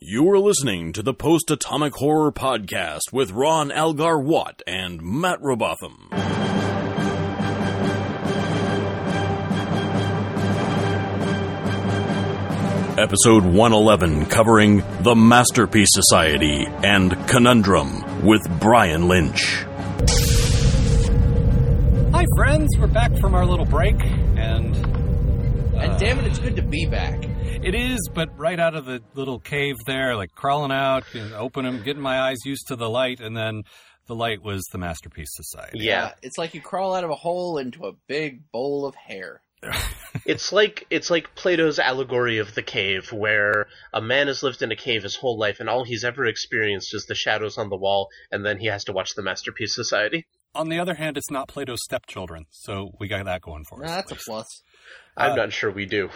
You are listening to the Post Atomic Horror Podcast with Ron Algar Watt and Matt Robotham. Episode 111 covering The Masterpiece Society and Conundrum with Brian Lynch. Hi, friends. We're back from our little break, and Uh, And damn it, it's good to be back. it is, but right out of the little cave there, like crawling out and opening, getting my eyes used to the light, and then the light was the Masterpiece Society. Yeah. Uh, It's like you crawl out of a hole into a big bowl of hair. It's like it's like Plato's allegory of the cave where a man has lived in a cave his whole life and all he's ever experienced is the shadows on the wall and then he has to watch the masterpiece society. On the other hand, it's not Plato's stepchildren, so we got that going for Nah, us. that's a at least. plus. I'm Uh, not sure we do.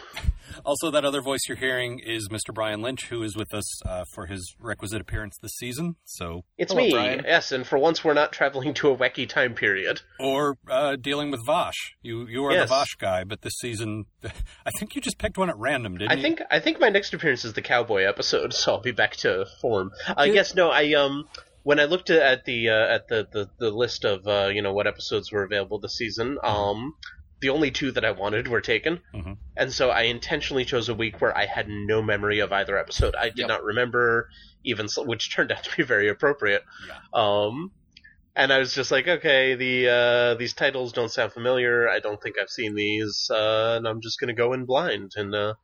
Also, that other voice you're hearing is Mr. Brian Lynch, who is with us uh, for his requisite appearance this season. So, It's hello, me, Brian. yes, and for once we're not traveling to a wacky time period. or uh, dealing with Vash. You you are Yes. the Vash guy, but this season, I think you just picked one at random, didn't I you? think I think my next appearance is the cowboy episode, so I'll be back to form. I Did- guess no, I um when I looked at the uh, at the, the the list of uh, you know what episodes were available this season, Mm-hmm. um the only two that I wanted were taken, Mhm. and so I intentionally chose a week where I had no memory of either episode. I did Yep. not remember even, so- which turned out to be very appropriate. Yeah. Um, and I was just like, okay, the uh, these titles don't sound familiar. I don't think I've seen these, uh, and I'm just gonna go in blind and uh,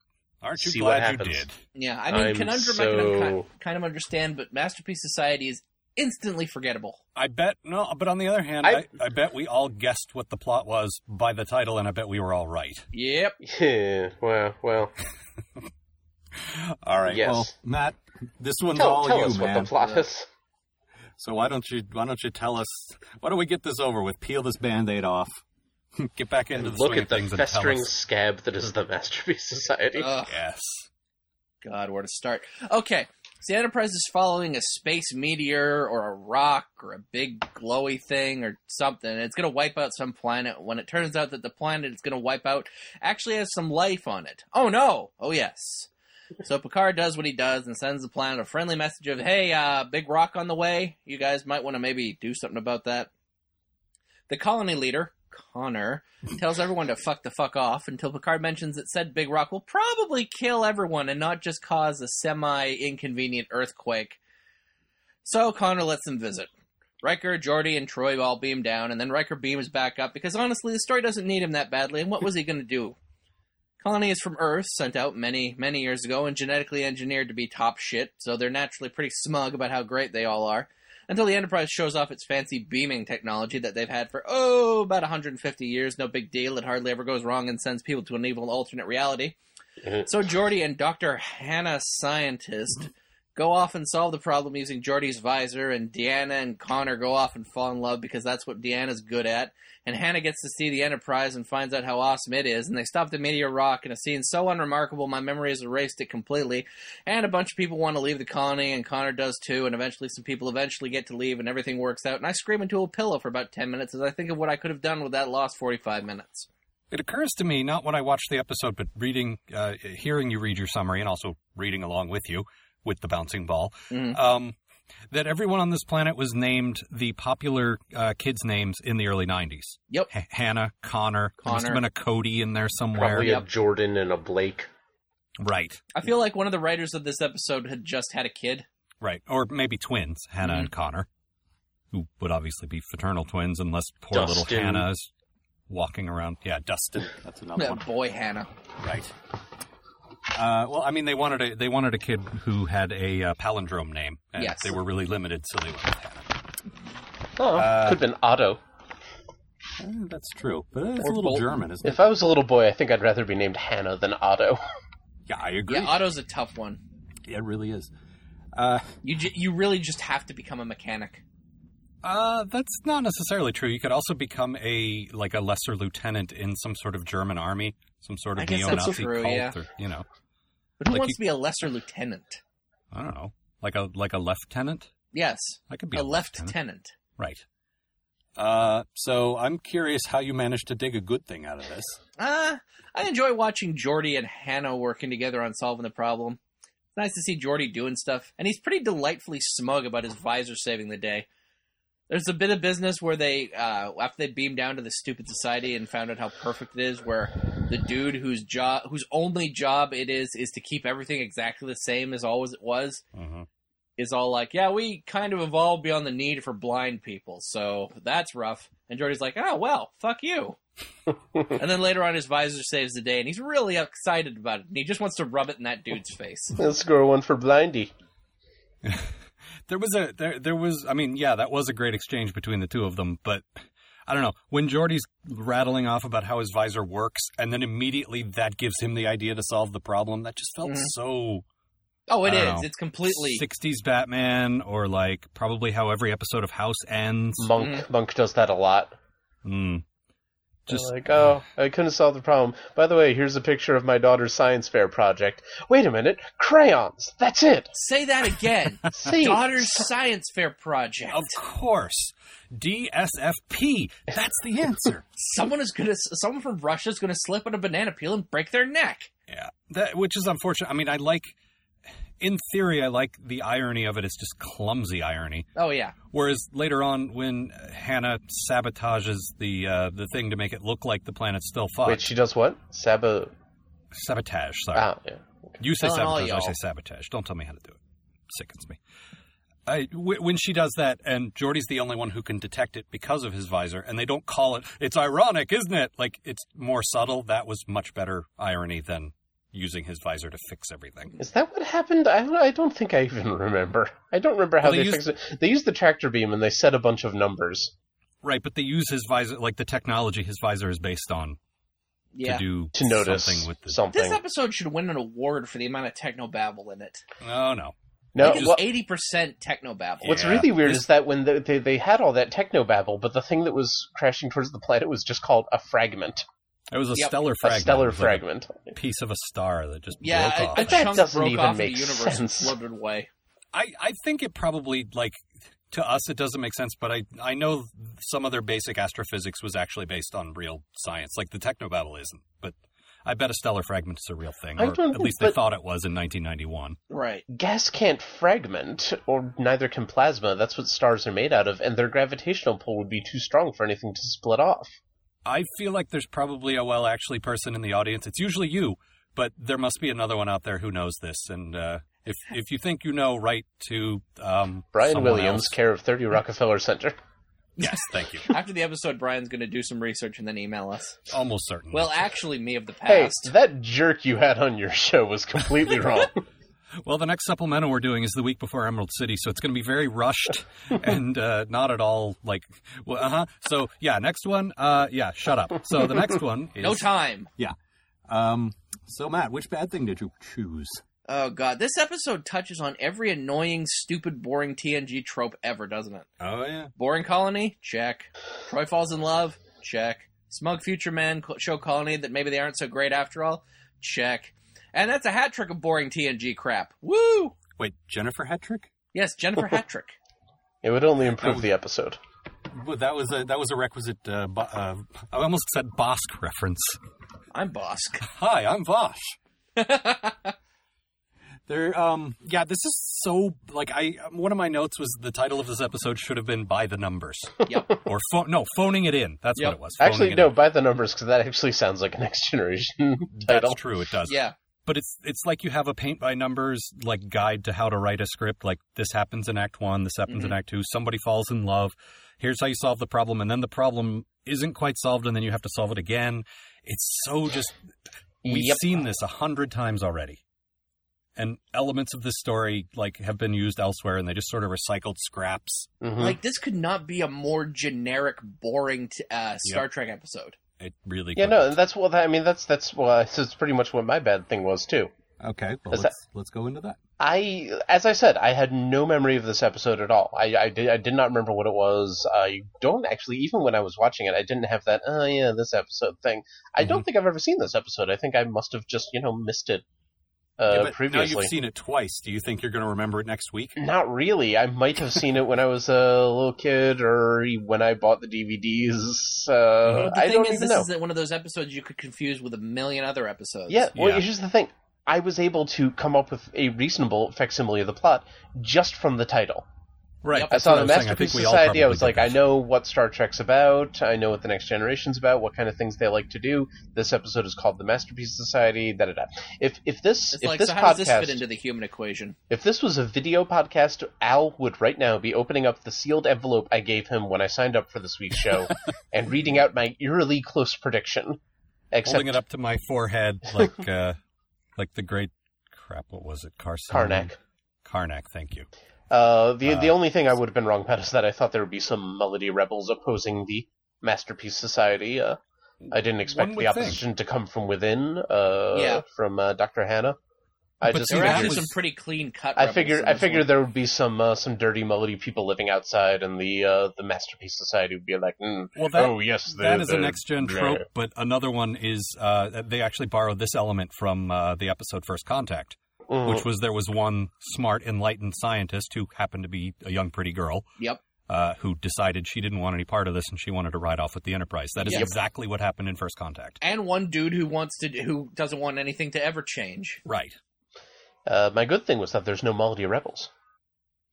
Aren't you see what glad you happens. did? Yeah, I mean, I'm conundrum I can un- kind of understand, but Masterpiece Society is instantly forgettable. I bet no, but on the other hand, I, I- I bet we all guessed what the plot was by the title, and I bet we were all right. Yep. Yeah, well, well. All right, Yes. well, Matt, this one's Tell, all tell you, us man. what the plot is. so why don't you why don't you tell us? Why don't we get this over with? Peel this band-aid off. get back into the Look swing at of the things festering and tell us. scab that is the Masterpiece Society. Ugh, Yes. God, where to start? Okay, so the Enterprise is following a space meteor or a rock or a big glowy thing or something. and It's going to wipe out some planet. When it turns out that the planet it's going to wipe out actually has some life on it. Oh no! Oh yes. So Picard does what he does and sends the planet a friendly message of, "Hey, uh, big rock on the way. You guys might want to maybe do something about that." The colony leader Connor tells everyone to fuck the fuck off until Picard mentions that said big rock will probably kill everyone and not just cause a semi inconvenient earthquake. So Connor lets them visit. Riker, Geordi, and Troy all beam down, and then Riker beams back up because honestly, the story doesn't need him that badly. And what was he going to do? Colony is from Earth, sent out many, many years ago, and genetically engineered to be top shit, so they're naturally pretty smug about how great they all are. Until the Enterprise shows off its fancy beaming technology that they've had for, oh, about 150 years, no big deal, it hardly ever goes wrong and sends people to an evil alternate reality. Mhm. So Geordi and Dr. Hannah Scientist go off and solve the problem using Geordi's visor, and Deanna and Connor go off and fall in love because that's what Deanna's good at. And Hannah gets to see the Enterprise and finds out how awesome it is, and they stop the meteor rock in a scene so unremarkable my memory has erased it completely. And a bunch of people want to leave the colony, and Connor does too, and eventually some people eventually get to leave, and everything works out. And I scream into a pillow for about 10 minutes as I think of what I could have done with that lost 45 minutes. It occurs to me, not when I watched the episode, but reading, uh, hearing you read your summary, and also reading along with you with the bouncing ball, Mhm. um, that everyone on this planet was named the popular uh, kids' names in the early '90s. Yep. H- Hannah, Connor, There must have been Connor. a Cody in there somewhere, Probably a Yep. Jordan and a Blake. right? I feel like one of the writers of this episode had just had a kid. Right, or maybe twins, Hannah Mhm. and Connor, who would obviously be fraternal twins, unless poor little Dustin. Hannah is walking around. Yeah, Dustin. That's another Yeah, one. boy, Hannah. Right. Uh, well, I mean, they wanted a they wanted a kid who had a uh, palindrome name, and Yes. they were really limited, so they went with Hannah. Oh, Uh, could have been Otto. Eh, that's true, but it's a Or little Bolton. German, isn't it? If I was a little boy, I think I'd rather be named Hannah than Otto. Yeah, I agree. Yeah, Otto's a tough one. it really is. Uh, You j- you really just have to become a mechanic. uh, that's not necessarily true. You could also become a like a lesser lieutenant in some sort of German army, some sort I of guess that's neo-Nazi true, cult, yeah. or you know, But who Like wants you- to be a lesser lieutenant? I don't know, like a like a lieutenant. Yes, I could be a a left lieutenant. tenant. Right. Uh, so I'm curious how you managed to dig a good thing out of this. Uh, Ah, I enjoy watching Jordy and Hannah working together on solving the problem. nice to see Jordy doing stuff, and he's pretty delightfully smug about his visor saving the day. There's a bit of business where they, uh, after they beamed down to the stupid society and found out how perfect it is, where the dude whose job, whose only job it is, is to keep everything exactly the same as always it was, Mhm. is all like, yeah, we kind of evolved beyond the need for blind people, so that's rough. And Jordy's like, oh, well, fuck you. and then later on, his visor saves the day, and he's really excited about it, and he just wants to rub it in that dude's face. Let's score one for Blindy. There was a there there was I mean yeah that was a great exchange between the two of them but I don't know when Jordy's rattling off about how his visor works and then immediately that gives him the idea to solve the problem that just felt Mhm. so Oh, it I is. don't know. It's completely. 60s Batman or like probably how every episode of House ends Monk Monk does that a lot. Mm. Just just like, oh, I couldn't solve the problem. By the way, here's a picture of my daughter's science fair project. Wait a minute, crayons. That's it. Say that again. See, Daughter's science fair project. of course DSFP that's the answer Someone is gonna. Someone from Russia is gonna slip on a banana peel and break their neck. Yeah, that which is unfortunate. I mean, I like, in theory, I like the irony of it. It's just clumsy irony. Oh yeah. Whereas later on, when Hannah sabotages the uh, the thing to make it look like the planet's still fucked, wait, she does what? Sabo. sabotage. Sorry, Ah, yeah. you say Telling all sabotage, I y'all. say sabotage. Don't tell me how to do it. Sickens me. I, wh- when she does that, and Jordy's the only one who can detect it because of his visor, and they don't call it. It's ironic, isn't it? Like it's more subtle. That was much better irony than using his visor to fix everything. Is that what happened? I, don't- I don't think I even remember. I don't remember how Well, they they, used- fixed it. They used the tractor beam and they set a bunch of numbers Right, but they use his visor, like the technology his visor is based on, Yeah. to do to notice something with the. This episode should win an award for the amount of technobabble in it. Oh no! no, Like, it's well, eighty percent technobabble. Yeah. what's really weird This- is that when the, they they had all that technobabble, but the thing that was crashing towards the planet was just called a fragment, It was a Yep. stellar fragment, a stellar It was like fragment. a piece of a star that just Yeah, broke a, a off. But that chunk doesn't broke even off of make the universe and sense. floated away. I, I think it probably like to us it doesn't make sense, but I I know some of their basic astrophysics was actually based on real science, like the technobabble isn't, but. I bet a stellar fragment is a real thing, I or don't at least think- they thought it was in 1991. Right. Gas can't fragment, or neither can plasma. That's what stars are made out of, and their gravitational pull would be too strong for anything to split off. I feel like there's probably a well actually person in the audience. It's usually you, but there must be another one out there who knows this. And uh, if if you think you know, write to um, Brian someone Williams, else. care of 30 Rockefeller Center. Yes, thank you. After the episode, Brian's going to do some research and then email us. Almost certain. Well, actually, me of the Hey, past. that jerk you had on your show was completely wrong. well, the next supplemental we're doing is the week before Emerald City, so it's going to be very rushed and uh, not at all like. Well, uh huh. So yeah, next one. Uh, yeah, shut up. So the next one is no time. Um, so Matt, which bad thing did you choose? Oh god, this episode touches on every annoying, stupid, boring TNG trope ever, doesn't it? Oh yeah. Boring colony, check. Troy falls in love, check. Smug future man co- show colony that maybe they aren't so great after all, check. And that's a hat trick of boring TNG crap. Woo! Wait, Jennifer Hetrick? Yes, Jennifer Hattrick. It would only improve the episode. Well, that was a that was a requisite. Uh, bo- uh, I almost said Bosk reference. I'm Bosk. Hi, I'm Vosh. there, um, yeah, this is so like I. One of my notes was the title of this episode should have been "By the Numbers" Yep. or pho- no, phoning it in. That's Yep. what it was. Phoning Actually, it no, in. by the numbers, because that actually sounds like a next generation that's title. true. It does. Yeah. but it's it's like you have a paint by numbers like guide to how to write a script like this happens in act 1 this happens Mm-hmm. in act 2 somebody falls in love here's how you solve the problem and then the problem isn't quite solved and then you have to solve it again it's so just we've Yep. seen this a hundred times already and elements of this story like have been used elsewhere and they just sort of recycled scraps Mhm. Like, this could not be a more generic, boring t- uh, Star Trek episode. it really yeah, no, couldn't. and that's what I mean. That's that's well, that's that's pretty much what my bad thing was too. okay well let's Is that- let's go into that I, as I said, I had no memory of this episode at all. I, I did, I did not remember what it was. I don't actually, even when I was watching it, I didn't have that. Oh yeah, this episode thing. I Mm-hmm. don't think I've ever seen this episode. I think I must have just, you know, missed it uh, yeah, but previously. now you've seen it twice do you think you're going to remember it next week Not really. I might have seen it when I was a little kid or when I bought the DVDs. Uh, the I thing don't is, even this know. is one of those episodes you could confuse with a million other episodes. Yeah, well, Yeah. here's the thing. I was able to come up with a reasonable facsimile of the plot just from the title. Right. Yep. I that's saw what the was saying. I Masterpiece think we all Society. I probably was did like, that. I know what Star Trek's about. I know what the Next Generation's about. What kind of things they like to do. This episode is called the Masterpiece Society. Da da da. If if this It's if like, this so how does podcast this fit into the human equation? if this was a video podcast, Al would right now be opening up the sealed envelope I gave him when I signed up for this week's show and reading out my eerily close prediction. Except holding it up to my forehead like uh, like the great crap. What was it? Carson Karnak. Karnak. Thank you. Uh, the the Uh, only thing I would have been wrong about is that I thought there would be some Melody Rebels opposing the Masterpiece Society. Uh, I didn't One expect would the opposition to come from within. Uh, Yeah. from uh, Dr. Hannah. I But just See, There are that figured, actually was- some pretty clean cut. I rebels figured in I this figured one. there would be some uh, some dirty Melody people living outside, and the uh, the Masterpiece Society would be like, mm, Well, that oh yes, the, that is the, a next gen yeah." trope, but another one is uh, they actually borrowed this element from uh, the episode First Contact, Mm. which was there was one smart, enlightened scientist who happened to be a young, pretty girl. Yep. Uh, who decided she didn't want any part of this and she wanted to ride off with the Enterprise. That is Yep. exactly what happened in First Contact. and one dude who wants to who doesn't want anything to ever change. Right. uh, my good thing was that there's no Melody Rebels.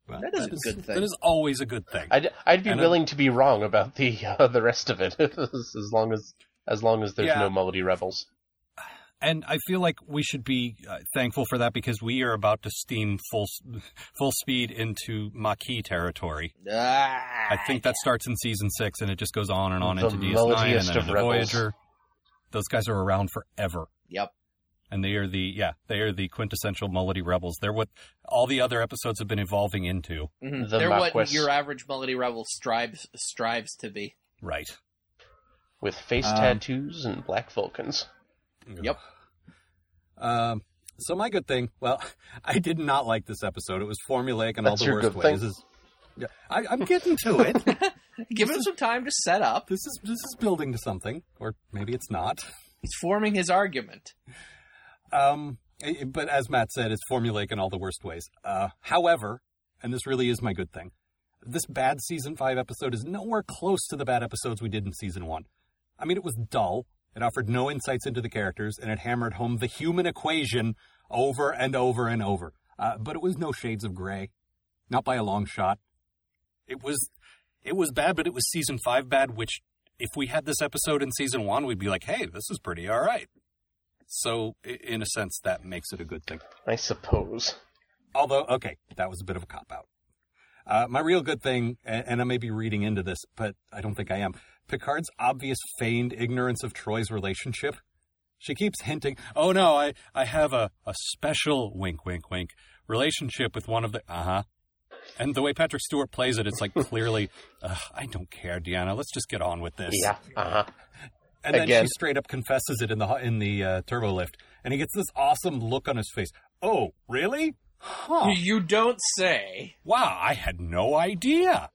Well, That is a good thing. That is always a good thing. I'd I'd be And, uh, willing to be wrong about the uh, the rest of it as long as as long as there's Yeah. no Melody Rebels. and I feel like we should be uh, thankful for that because we are about to steam full s- full speed into Maquis territory. Ah, I think that starts in season six, and it just goes on and on The into DS9 and melodiest then of into rebels. Voyager. Those guys are around forever, Yep. and they are the yeah they are the quintessential Melody Rebels. They're what all the other episodes have been evolving into. Mhm. The They're what Marquess. your average Melody Rebel strives strives to be. Right. with face Um, tattoos and black Vulcans. Yep. Um. So my good thing, well, I did not like this episode. It was formulaic in That's all the your worst good ways. thing? This is- yeah, I, I'm getting to it. Give him some time to set up. this is this is building to something, or maybe it's not. He's forming his argument. Um, i- but as Matt said, it's formulaic in all the worst ways. Uh, however, and this really is my good thing, this bad season five episode is nowhere close to the bad episodes we did in season one. I mean, it was dull. It offered no insights into the characters, and it hammered home the human equation over and over and over. Uh, but it was no shades of gray, not by a long shot. It was, it was bad, but it was season five bad. Which, if we had this episode in season one, we'd be like, "Hey, this is pretty all right." So, i- in a sense, that makes it a good thing. I suppose. Although, okay, that was a bit of a cop out. Uh, my real good thing, a- and I may be reading into this, but I don't think I am. Picard's obvious feigned ignorance of Troy's relationship. She keeps hinting, "Oh no, I I have a a special wink, wink, wink relationship with one of the uh huh." And the way Patrick Stewart plays it, it's like clearly, Ugh, I don't care, Deanna. Let's just get on with this. Yeah. Uh-huh. And then Again. she straight up confesses it in the in the uh, turbo lift, and he gets this awesome look on his face. Oh, really? Huh. You don't say. Wow, I had no idea.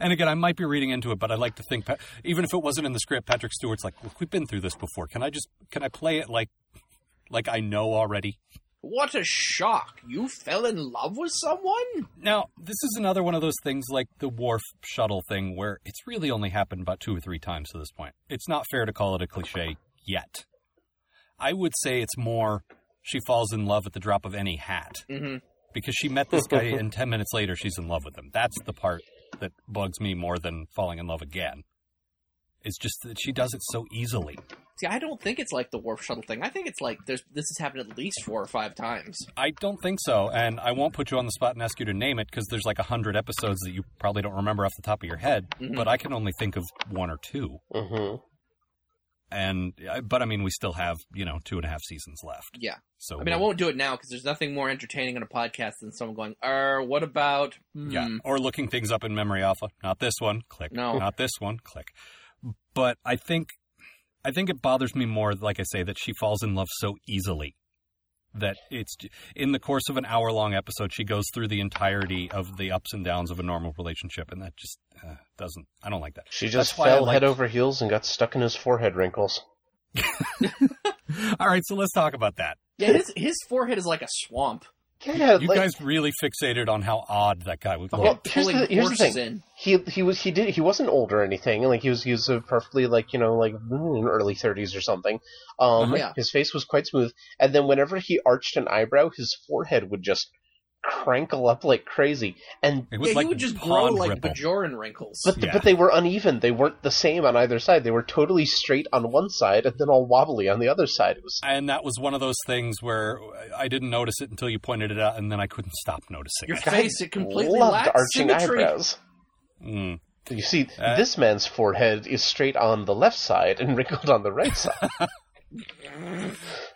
And again, I might be reading into it, but I like to think, Pa- even if it wasn't in the script, Patrick Stewart's like, "Look, we've been through this before. Can I just can I play it like like I know already?" What a shock! You fell in love with someone? Now, this is another one of those things like the Wharf shuttle thing, where it's really only happened about two or three times to this point. It's not fair to call it a cliche yet. I would say it's more she falls in love at the drop of any hat Mm-hmm. because she met this guy and 10 minutes later she's in love with him. That's the part that bugs me more than falling in love again. It's just that she does it so easily. See, I don't think it's like the warp shuttle thing. I think it's like there's this has happened at least four or five times. I don't think so, and I won't put you on the spot and ask you to name it because there's like a hundred episodes that you probably don't remember off the top of your head. Mhm. But I can only think of one or two, hmm and uh, but I mean we still have you know two and a half seasons left. Yeah. So I mean, I won't do it now because there's nothing more entertaining on a podcast than someone going, "Er, what about?" Hmm. Yeah, or looking things up in memory alpha. Not this one, click. No. Not this one, click. But I think I think it bothers me more like I say that she falls in love so easily that it's in the course of an hour long episode she goes through the entirety of the ups and downs of a normal relationship and that just uh, doesn't I don't like that. She just That's why I fell head like- over heels and got stuck in his forehead wrinkles. All right, so let's talk about that. Yeah, his his forehead is like Oh, a swamp. Yeah, You like- guys really fixated on how odd that guy was. Well, Look, here's pulling the- here's the horses thing. in. he he was he did he wasn't old or anything like he was he was a perfectly like you know like mm, early 30s or something um Uh-huh. Oh, Yeah. his face was quite smooth and then whenever he arched an eyebrow his forehead would just crankle up like crazy and It was Yeah, like he would just grow pond like ripple. Bajoran wrinkles. but, the- Yeah. but they were uneven they weren't the same on either side they were totally straight on one side and then all wobbly on the other side it was and that was one of those things where I didn't notice it until you pointed it out, and then I couldn't stop noticing Your it. face it completely loved lacks arching symmetry. eyebrows Mm. you see Uh, this man's forehead is straight on the left side and wrinkled on the right side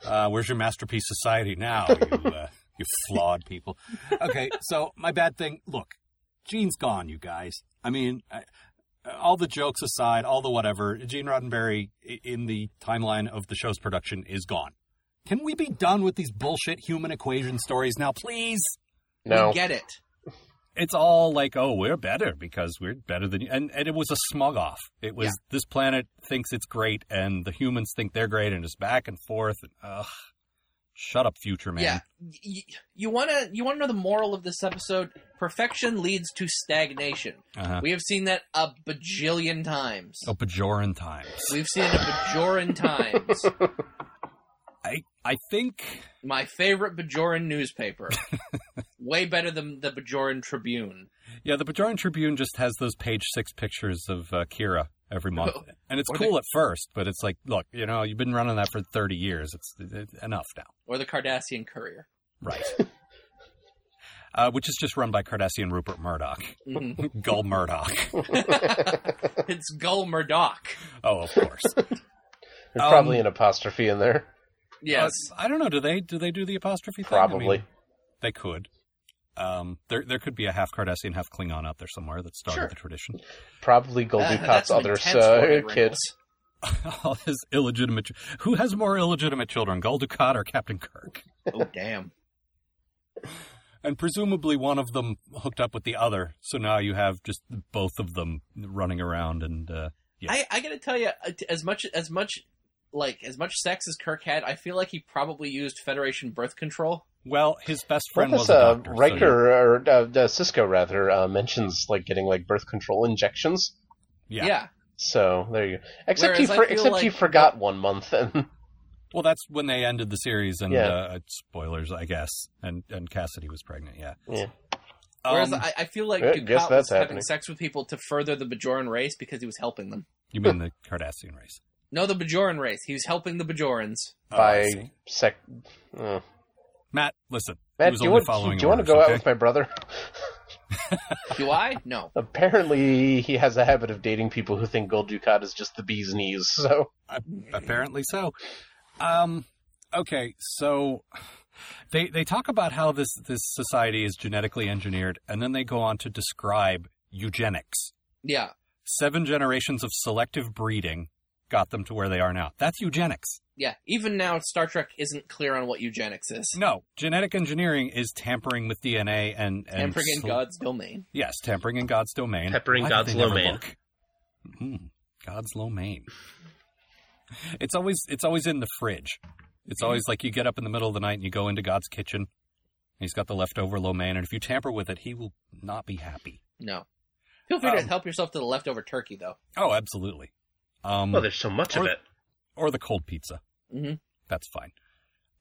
Uh, where's your masterpiece society now? You, uh, you flawed people. Okay, so my bad thing. Look, Gene's gone, you guys. I mean, I, all the jokes aside, all the whatever, Gene Roddenberry i- in the timeline of the show's production is gone. Can we be done with these bullshit human equation stories now, please? no We get it. It's all like, oh, we're better because we're better than you. And, and it was a smug off. It was Yeah. this planet thinks it's great, and the humans think they're great, and it's back and forth. And, ugh, shut up, future man. Yeah. Y- y- you want to you want to know the moral of this episode? Perfection leads to stagnation. Uh-huh. We have seen that a bajillion times. Oh, Bajoran times. We've seen it a bajoran times. I I think My favorite Bajoran newspaper. Way better than the Bajoran Tribune. yeah, the Bajoran Tribune just has those page six pictures of uh, Kira every month, Oh. and it's Or cool at first, but it's like, look, you know, you've been running that for thirty years. It's it, enough now, Or the Cardassian Courier. right? uh, which is just run by Cardassian Rupert Murdoch, Mhm. Gull Murdoch. it's Gull Murdoch. Oh, of course. there's Um, probably an apostrophe in there Yes. Uh, I don't know. Do they do they do the apostrophe? Thing? I mean, probably they could. Um, there there could be a half Cardassian, half Klingon out there somewhere that started Sure. the tradition. Probably That- Goldukat's some other intense forehead uh, wrinkles. kid. all his illegitimate. Ch- Who has more illegitimate children, Gul Dukat or Captain Kirk? Oh, damn. And presumably one of them hooked up with the other, so now you have just both of them running around. And uh, Yeah. I, I gotta tell you, as much as much like as much sex as Kirk had, I feel like he probably used Federation birth control. well, his best Well, friend was this a uh, doctor. so- Riker or uh, uh, Cisco rather uh, mentions like getting like birth control injections. yeah. So there you go. Except Whereas he I for, feel except he like- forgot one month and Well, that's when they ended the series, and Yeah. uh, spoilers, I guess. And and Cassidy was pregnant. Yeah. Yeah. Um, Whereas I, I feel like I Ducat guess was that's having happening. sex with people to further the Bajoran race because he was helping them. you mean the Cardassian race? No, the Bajoran race. He was helping the Bajorans. Oh, I by see. sec. Uh. Matt, listen. he Matt, was do you, only want, following do you want to orders, go out okay? with my brother? Do I? No. Apparently, he has a habit of dating people who think Gold Dukat is just the bee's knees. So apparently so. Um, okay, so they they talk about how this this society is genetically engineered, and then they go on to describe eugenics. Yeah. Seven generations of selective breeding got them to where they are now. That's eugenics. Yeah. Even now, Star Trek isn't clear on what eugenics is. No, genetic engineering is tampering with DNA and, and Tampering in sl- God's domain. Yes, tampering in God's domain. Tampering Why did God's they never domain. look? Mm, God's domain. It's always it's always in the fridge. It's always like you get up in the middle of the night and you go into God's kitchen. And he's got the leftover lo mein, and if you tamper with it, he will not be happy. No. Feel free to Um, help yourself to the leftover turkey, though. Oh, absolutely. Um, Hmm. so much of it. or the cold pizza. Mm-hmm. Mhm. That's fine.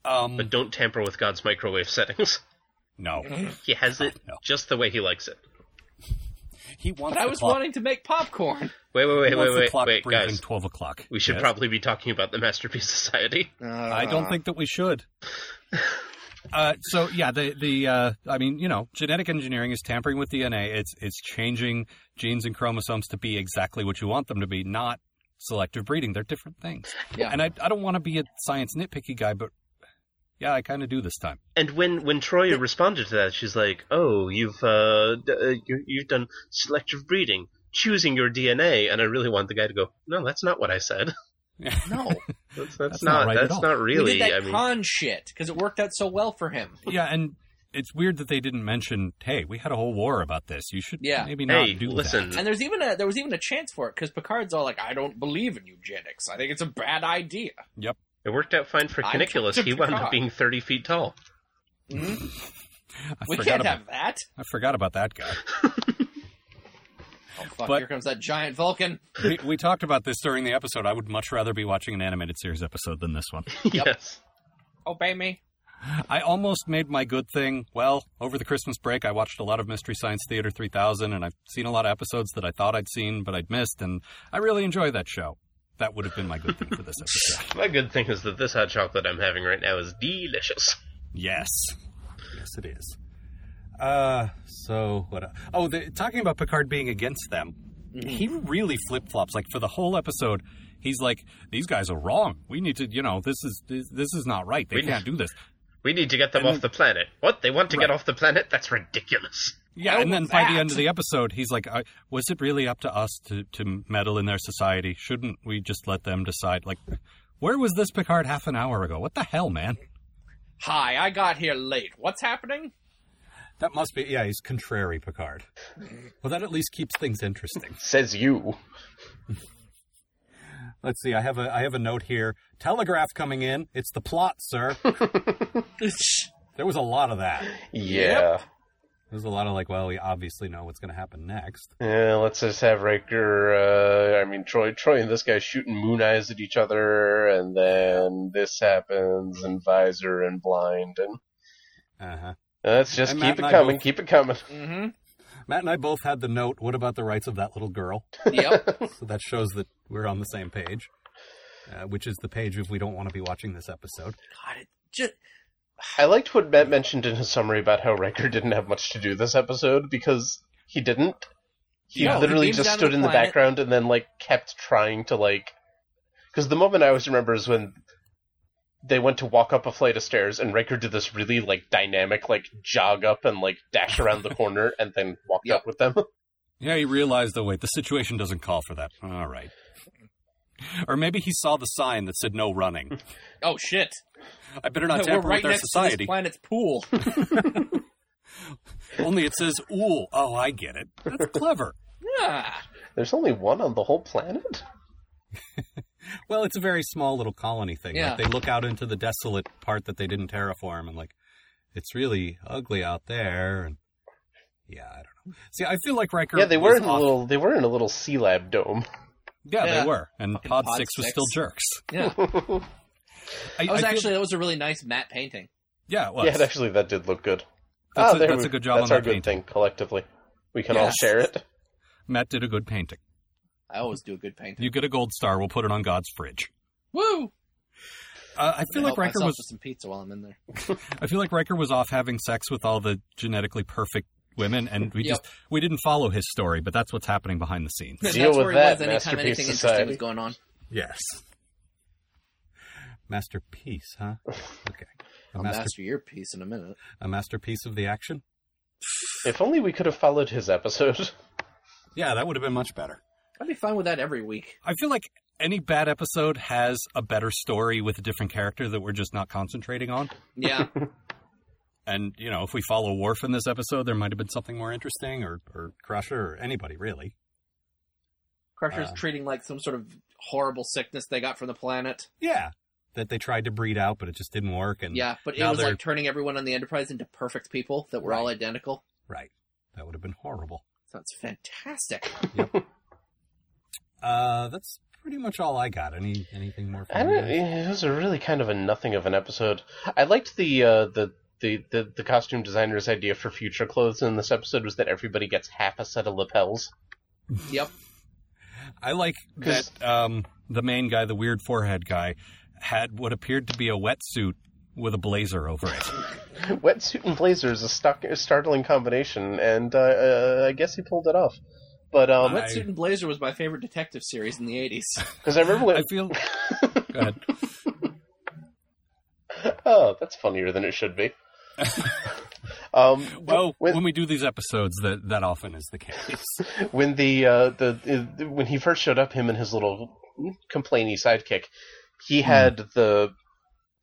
Um, don't tamper with God's microwave settings. no, He has it No. just the way he likes it. he wants. But I the was clock- wanting to make popcorn. Wait, wait, he wants the clock breathing Twelve o'clock. Yes? probably be talking about the Masterpiece Society. I don't think that we should. Uh, so yeah, the the uh, I mean, you know, genetic engineering is tampering with DNA. It's it's changing genes and chromosomes to be exactly what you want them to be, not selective breeding. They're different things. Yeah. And I I don't want to be a science nitpicky guy, but yeah, I kind of do this time. And when, when Troy responded to that, she's like, "Oh, you've uh, d- uh, you, you've done selective breeding, choosing your DNA." And I really want the guy to go, "No, that's not what I said. No. That's, that's, That's not not, right at that's all." not really. we did I that mean, con shit because it worked out so well for him. Yeah, and it's weird that they didn't mention, hey, we had a whole war about this. You should Yeah. maybe not hey, do listen, And there's even a there was even a chance for it because Picard's all like, "I don't believe in eugenics. I think it's a bad idea." it worked out fine for I'm Caniculus. Captain He wound up Picard. being thirty feet tall. Mhm. I we forgot can't about, have that. I forgot about that guy. Oh fuck! But- here comes that giant Vulcan. we, we talked about this during the episode. I would much rather be watching an animated series episode than this one. yes. Obey me. I almost made my good thing. Well, over the Christmas break, I watched a lot of Mystery Science Theater 3000, and I've seen a lot of episodes that I thought I'd seen but I'd missed, and I really enjoy that show. That would have been my good thing for this episode. My good thing is that this hot chocolate I'm having right now is delicious. Yes, yes, it is. Uh, so what? el- Oh, the, talking about Picard being against them, he really flip flops. Like for the whole episode, he's like, "These guys are wrong. We need to, you know, this is this, this is not right. They We- can't do this." We need to get them off the planet. What? They want to get off the planet? That's ridiculous. Yeah, I and then want by the that. end of the episode, he's like, I, "Was it really up to us to to meddle in their society? Shouldn't we just let them decide?" Like, where was this Picard half an hour ago? What the hell, man? Hi, I got here late. What's happening? That must be yeah, he's contrary Picard. Well, that at least keeps things interesting. Says you. Let's see, I have a I have a note here. Telegraph coming in. It's the plot, sir. Mm-hmm. There was a lot of that. Yeah. There's a lot of like, well, we obviously know what's going to happen next. Yeah, let's just have Riker, uh, I mean, Troy, Troy and this guy shooting moon eyes at each other, and then this happens, and Visor and Blind, and Uh huh. let's just And Matt and keep it I coming, both- keep it coming. hmm Matt and I both had the note. What about the rights of that little girl? Yep. So that shows that we're on the same page, uh, which is the page if we don't want to be watching this episode. God, it just I liked what Matt mentioned in his summary about how Riker didn't have much to do this episode, because he didn't. He No, he literally beams just down to stood the in the planet. background and then, like, kept trying to, like. Because the moment I always remember is when they went to walk up a flight of stairs and Riker did this really, like, dynamic, like, jog up and, like, dash around the corner and then walked Yep. up with them. Yeah, he realized, oh, wait, the situation doesn't call for that. All right. Or maybe he saw the sign that said no running. oh shit. I better not We're tamper with right their next to society. this planet's pool. Only it says ool. Oh, I get it. That's clever. Ah. There's only one on the whole planet? Well, it's a very small little colony thing. Yeah. Like they look out into the desolate part that they didn't terraform, and like it's really ugly out there. And yeah, I don't know. See, I feel like Riker. Yeah, they were was in a off- little. They were in a little sea lab dome. Yeah, Yeah. they were, and Fucking Pod, Pod Six was Six. still jerks. Yeah. I, That was I feel- actually that was a really nice matte painting. yeah, it was. Yeah, actually, that did look good. That's, Ah, a, there that's we- a good job That's on our that good painting. thing collectively. We can all Yes. share it. Matt did a good painting. I always do a good painting. You get a gold star. We'll put it on God's fridge. Woo! Uh, I feel like I help Riker myself was. with some pizza while I'm in there. I feel like Riker was off having sex with all the genetically perfect women, and we Yep. just we didn't follow his story, but that's what's happening behind the scenes. That's Deal where he was with that, anytime Masterpiece anything interesting Society. was going on. Yes. Masterpiece, huh? Okay. A I'll master, master your piece in a minute. a masterpiece of the action. If only we could have followed his episode. Yeah, that would have been much better. I'd be fine with that every week. I feel like any bad episode has a better story with a different character that we're just not concentrating on. Yeah. And you know, if we follow Worf in this episode, there might have been something more interesting, or or Crusher, or anybody really. Crusher's Uh. treating like some sort of horrible sickness they got from the planet. Yeah, that they tried to breed out, but it just didn't work. And Yeah, but it Now was they're- like turning everyone on the Enterprise into perfect people that were all identical. right, that would have been horrible. Sounds fantastic. Uh, that's pretty much all I got. Any anything more? From I you don't, guys? it was a really kind of a nothing of an episode. I liked the uh, the. The, the, the costume designer's idea for future clothes in this episode was that everybody gets half a set of lapels. yep. I like that. 'Cause- Um, the main guy, the weird forehead guy, had what appeared to be a wetsuit with a blazer over it. Wetsuit and blazer is a, stock, a startling combination, and uh, uh, I guess he pulled it off. But um I- Wetsuit and Blazer was my favorite detective series in the 80s. 'cause I remember when, I feel. Go ahead. oh, that's funnier than it should be. um, Well, when- when we do these episodes, that that often is the case. when the uh, the uh, when he first showed up, him and his little complainy sidekick, he had the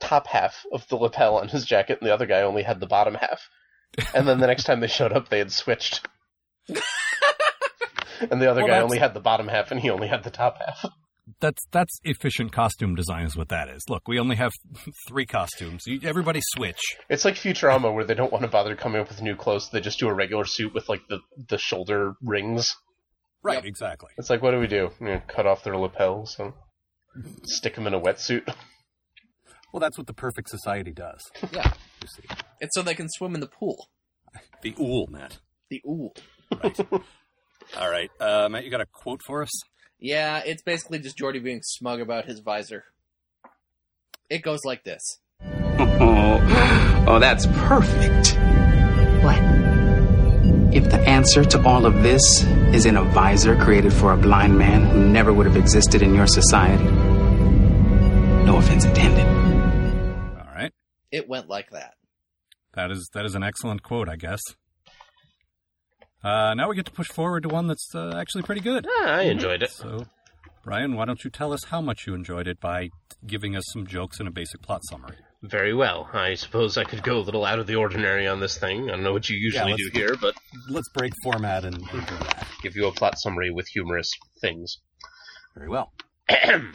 top half of the lapel on his jacket, and the other guy only had the bottom half. And then the next time they showed up, they had switched. and the other Well, guy that's- only had the bottom half, and he only had the top half. That's that's efficient costume design is what that is. Look, we only have three costumes. You, everybody switch. It's like Futurama where they don't want to bother coming up with new clothes. They just do a regular suit with like the the shoulder rings. Right, Yep. exactly. It's like, what do we do? You know, cut off their lapels and stick them in a wetsuit. Well, that's what the perfect society does. Yeah. You see, It's so they can swim in the pool. the ool, Matt. The ool. All right, uh, Matt, you got a quote for us? Yeah, it's basically just Jordy being smug about his visor. It goes like this. Oh, oh, that's perfect. What? If the answer to all of this is in a visor created for a blind man who never would have existed in your society, no offense intended. All right, It went like that. that is that is an excellent quote, I guess. Uh, now we get to push forward to one that's uh, actually pretty good. Ah, I enjoyed it. So, Brian, why don't you tell us how much you enjoyed it by giving us some jokes and a basic plot summary? Very well. I suppose I could go a little out of the ordinary on this thing. I don't know what you usually let's- do here, but Let's break format and, and do that. give you a plot summary with humorous things. Very well.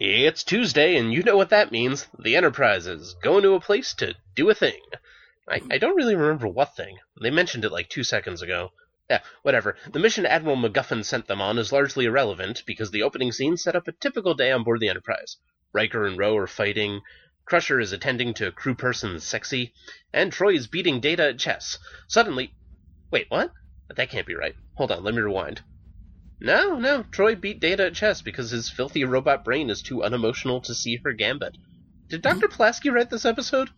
It's Tuesday, and you know what that means. The Enterprise is going to a place to do a thing. I, I don't really remember what thing. They mentioned it like two seconds ago. Yeah, whatever. The mission Admiral MacGuffin sent them on is largely irrelevant because the opening scene set up a typical day on board the Enterprise. Riker and Roe are fighting, Crusher is attending to crew person Sexy, and Troy is beating Data at chess. Suddenly. Wait, what? That can't be right. Hold on, let me rewind. No, no. Troy beat Data at chess because his filthy robot brain is too unemotional to see her gambit. Did Dr. Plasky write this episode?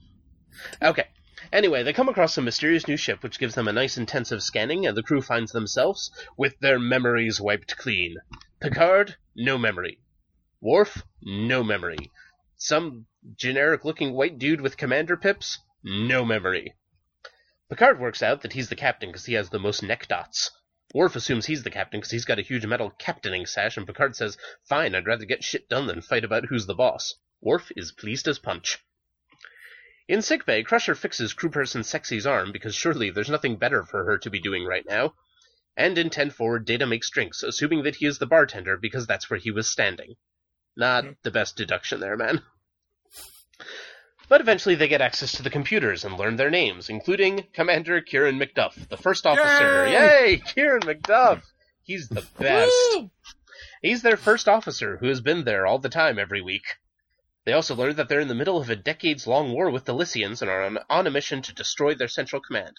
Okay. Anyway, they come across a mysterious new ship which gives them a nice intensive scanning, and the crew finds themselves with their memories wiped clean. Picard, no memory. Worf, no memory. Some generic looking white dude with commander pips, no memory. Picard works out that he's the captain because he has the most neck dots. Worf assumes he's the captain because he's got a huge metal captaining sash, and Picard says, Fine, I'd rather get shit done than fight about who's the boss. Worf is pleased as punch. In sickbay, Crusher fixes crewperson Sexy's arm because surely there's nothing better for her to be doing right now. And in 10 forward, Data makes drinks, assuming that he is the bartender because that's where he was standing. Not the best deduction there, man. But eventually they get access to the computers and learn their names, including Commander Kieran McDuff, the first officer. Yay! Kieran McDuff! He's the best. Woo! He's their first officer who has been there all the time every week. They also learn that they're in the middle of a decades long war with the Lycians and are on, on a mission to destroy their central command.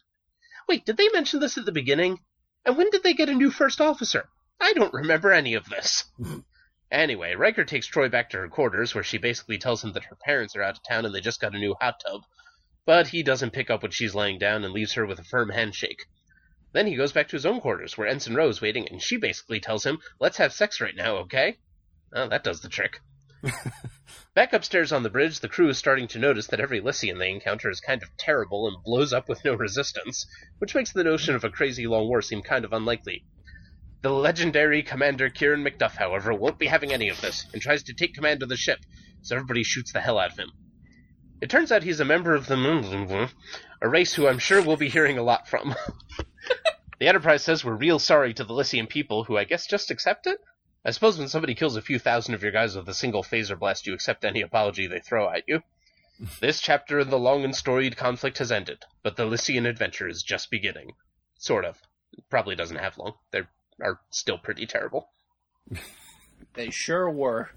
Wait, did they mention this at the beginning? And when did they get a new first officer? I don't remember any of this. anyway, Riker takes Troy back to her quarters, where she basically tells him that her parents are out of town and they just got a new hot tub. But he doesn't pick up what she's laying down and leaves her with a firm handshake. Then he goes back to his own quarters, where Ensign Rowe is waiting, and she basically tells him, Let's have sex right now, okay? Oh, that does the trick. back upstairs on the bridge, the crew is starting to notice that every Lycian they encounter is kind of terrible and blows up with no resistance, which makes the notion of a crazy long war seem kind of unlikely. The legendary Commander Kieran McDuff, however, won't be having any of this, and tries to take command of the ship, so everybody shoots the hell out of him. It turns out he's a member of the a race who I'm sure we'll be hearing a lot from. The Enterprise says we're real sorry to the Lycian people, who I guess just accept it? I suppose when somebody kills a few thousand of your guys with a single phaser blast, you accept any apology they throw at you. this chapter in the long and storied conflict has ended, but the Lycian adventure is just beginning. Sort of. Probably doesn't have long. They are still pretty terrible. They sure were.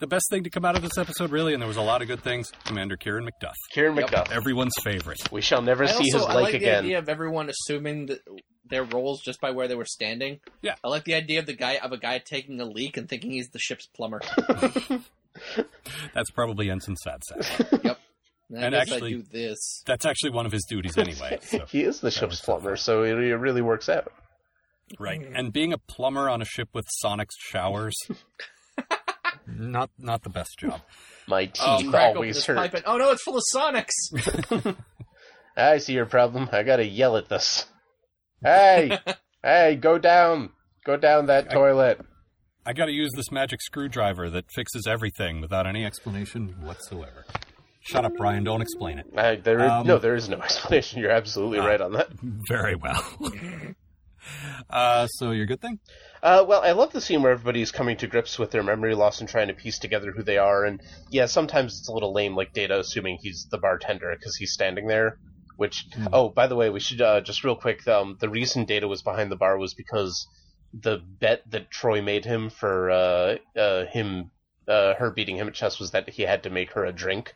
The best thing to come out of this episode, really, and there was a lot of good things. Commander Kieran McDuff, Kieran Yep. McDuff. everyone's favorite. We shall never I see his also I like, like the again. idea of everyone assuming that their roles just by where they were standing. Yeah. I like the idea of the guy of a guy taking a leak and thinking he's the ship's plumber. That's probably Ensign Sadsack. And, And I guess actually- I do this. That's actually one of his duties anyway. So. He is the ship's plumber, so it, it really works out. Right, and being a plumber on a ship with Sonic's showers, not not the best job. My teeth Oh, crack open always this hurt. pipe and- oh no, it's full of Sonics. I see your problem. I gotta yell at this. Hey, hey, go down, go down that toilet. I got to use this magic screwdriver that fixes everything without any explanation whatsoever. Shut up, Brian. Don't explain it. I, there, is Um, no, there is no explanation. You're absolutely right on that. Very well. Uh, so your good thing? Uh, well, I love the scene where everybody's coming to grips with their memory loss and trying to piece together who they are. And yeah, sometimes it's a little lame, like Data assuming he's the bartender because he's standing there. Which, oh, by the way, we should uh, just real quick. Um, the reason Data was behind the bar was because the bet that Troy made him for uh, uh, him uh, her beating him at chess was that he had to make her a drink.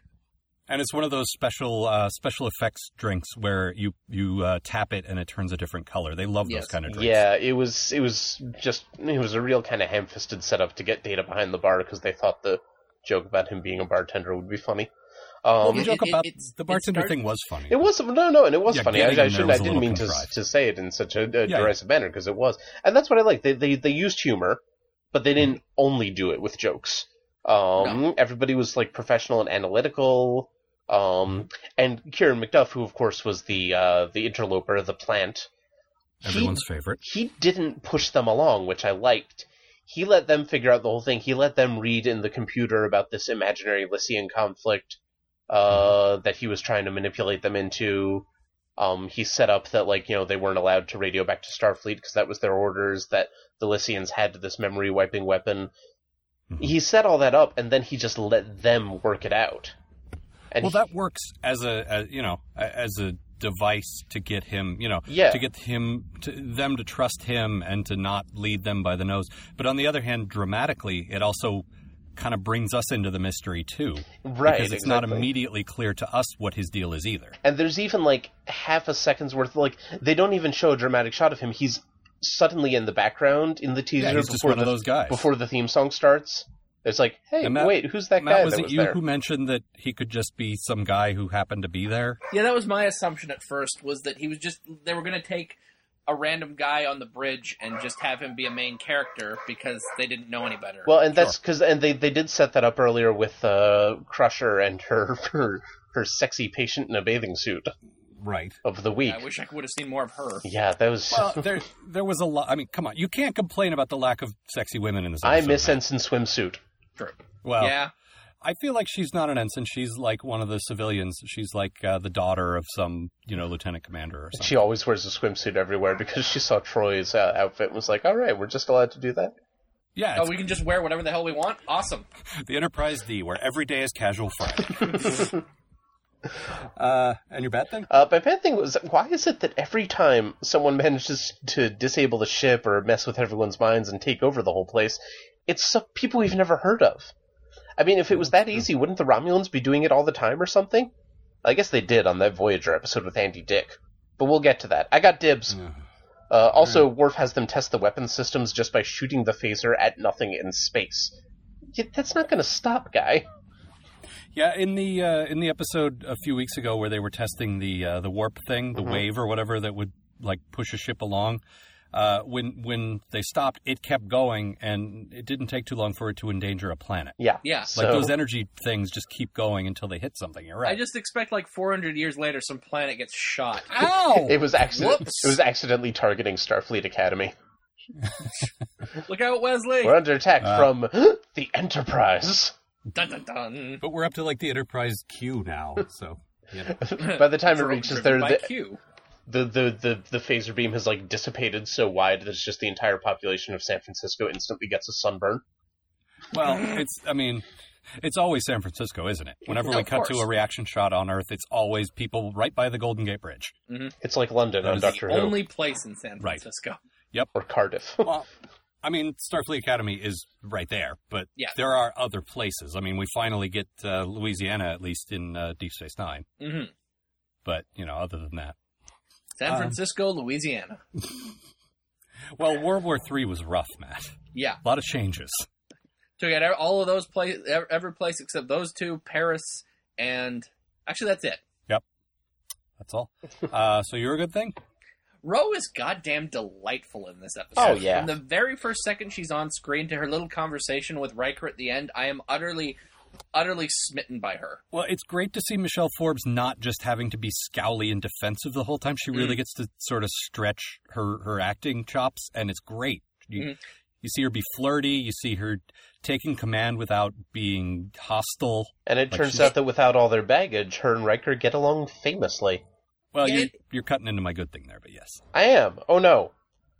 And it's one of those special uh, special effects drinks where you you uh, tap it and it turns a different color. They love Yes. those kind of drinks. Yeah, it was it was just it was a real kind of ham-fisted setup to get Data behind the bar because they thought the joke about him being a bartender would be funny. Um, The It- joke it- about it's- the it bartender started- thing was funny. It was no, no, and it was Yeah, funny. I, getting I in there shouldn't, was I a didn't little mean to, contrived. to say it in such a, a yeah. derisive manner because it was, and that's what I like. They they they used humor, but they didn't only do it with jokes. Um, everybody was like professional and analytical. Mm-hmm. Um, and Kieran McDuff, who of course was the uh the interloper, the plant, Everyone's favorite. he didn't push them along, which I liked. He let them figure out the whole thing. He let them read in the computer about this imaginary Lycian conflict Mm-hmm. uh, that he was trying to manipulate them into. Um, he set up that like you know they weren't allowed to radio back to Starfleet because that was their orders. That the Lycians had this memory wiping weapon. Mm-hmm. He set all that up, and then he just let them work it out. And Well, that works as a as, you know a- as a device to get him you know Yeah. to get him to them to trust him and to not lead them by the nose. But on the other hand, dramatically, it also kind of brings us into the mystery too, right, Because it's not exactly. immediately clear to us what his deal is either. and there's even like half a second's worth like they don't even show a dramatic shot of him he's suddenly in the background in the teaser he's just before one the of those guys. before the theme song starts it's like hey And Matt- wait who's that Matt, guy was that it was you there who mentioned that he could just be some guy who happened to be there? Yeah, that was my assumption at first was that he was just they were going to take a random guy on the bridge and just have him be a main character because they didn't know any better. well and that's because and they they did set that up earlier with uh crusher and her her her sexy patient in a bathing suit Right. of the week I wish I would have seen more of her. yeah that was Well, there there was a lot. I mean, come on, you can't complain about the lack of sexy women in this. i episode, miss Matt. ensign swimsuit True. Well, yeah, I feel like she's not an ensign. She's like one of the civilians. She's like uh, the daughter of some, you know, lieutenant commander or something. she always wears a swimsuit everywhere because she saw troy's uh, outfit and was like all right we're just allowed to do that Yeah, oh, it's we can just wear whatever the hell we want. Awesome. the Enterprise D, where every day is casual Friday. uh, and your bad thing? Uh, my bad thing was, why is it that every time someone manages to disable the ship or mess with everyone's minds and take over the whole place, it's some people we've never heard of? I mean, if it was that easy, wouldn't the Romulans be doing it all the time or something? I guess they did on that Voyager episode with Andy Dick. But we'll get to that. I got dibs. Uh, also, Worf has them test the weapon systems just by shooting the phaser at nothing in space. Yeah, that's not going to stop, guy. Yeah, in the uh, in the episode a few weeks ago where they were testing the uh, the warp thing, the Mm-hmm. wave or whatever that would like push a ship along. Uh, when when they stopped, it kept going, and it didn't take too long for it to endanger a planet. Yeah. Yeah. Like Like So, those energy things just keep going until they hit something. You're right. I just expect like 400 years later, some planet gets shot. Ah! Ow! it was accident- Whoops. It was accidentally targeting Starfleet Academy. Look out, Wesley! We're under attack Uh. from the Enterprise. Dun dun dun. But we're up to like the Enterprise Q now, so you know. By the time it Dr- reaches there, driven by the, Q. the, the, the, the phaser beam has like dissipated so wide that it's just the entire population of San Francisco instantly gets a sunburn. well, it's I mean, it's always San Francisco, isn't it? Whenever we Of cut to course. a reaction shot on Earth, it's always people right by the Golden Gate Bridge. It's like London on is Doctor Who Only place in San Right. Francisco. or Cardiff. Well, I mean, Starfleet Academy is right there, but Yeah. there are other places. I mean, we finally get uh, Louisiana at least in uh, Deep Space Nine, Um, Mhm. but you know, other than that, San Um, Francisco, Louisiana. well, World War Three was rough, Matt. Yeah. A lot of changes. So we got ev- all of those place, ev- every place except those two, Paris and actually that's it. That's all. Uh, so you're a good thing. Ro is goddamn delightful in this episode. Oh, yeah. From the very first second she's on screen to her little conversation with Riker at the end, I am utterly, utterly smitten by her. Well, it's great to see Michelle Forbes not just having to be scowly and defensive the whole time. She Mm. really gets to sort of stretch her, her acting chops, and it's great. You, Mm. you see her be flirty. You see her taking command without being hostile. And it Like turns she's- out that without all their baggage, her and Riker get along famously. Well, Yeah, you, it- you're cutting into my good thing there, but yes. I am. Oh no.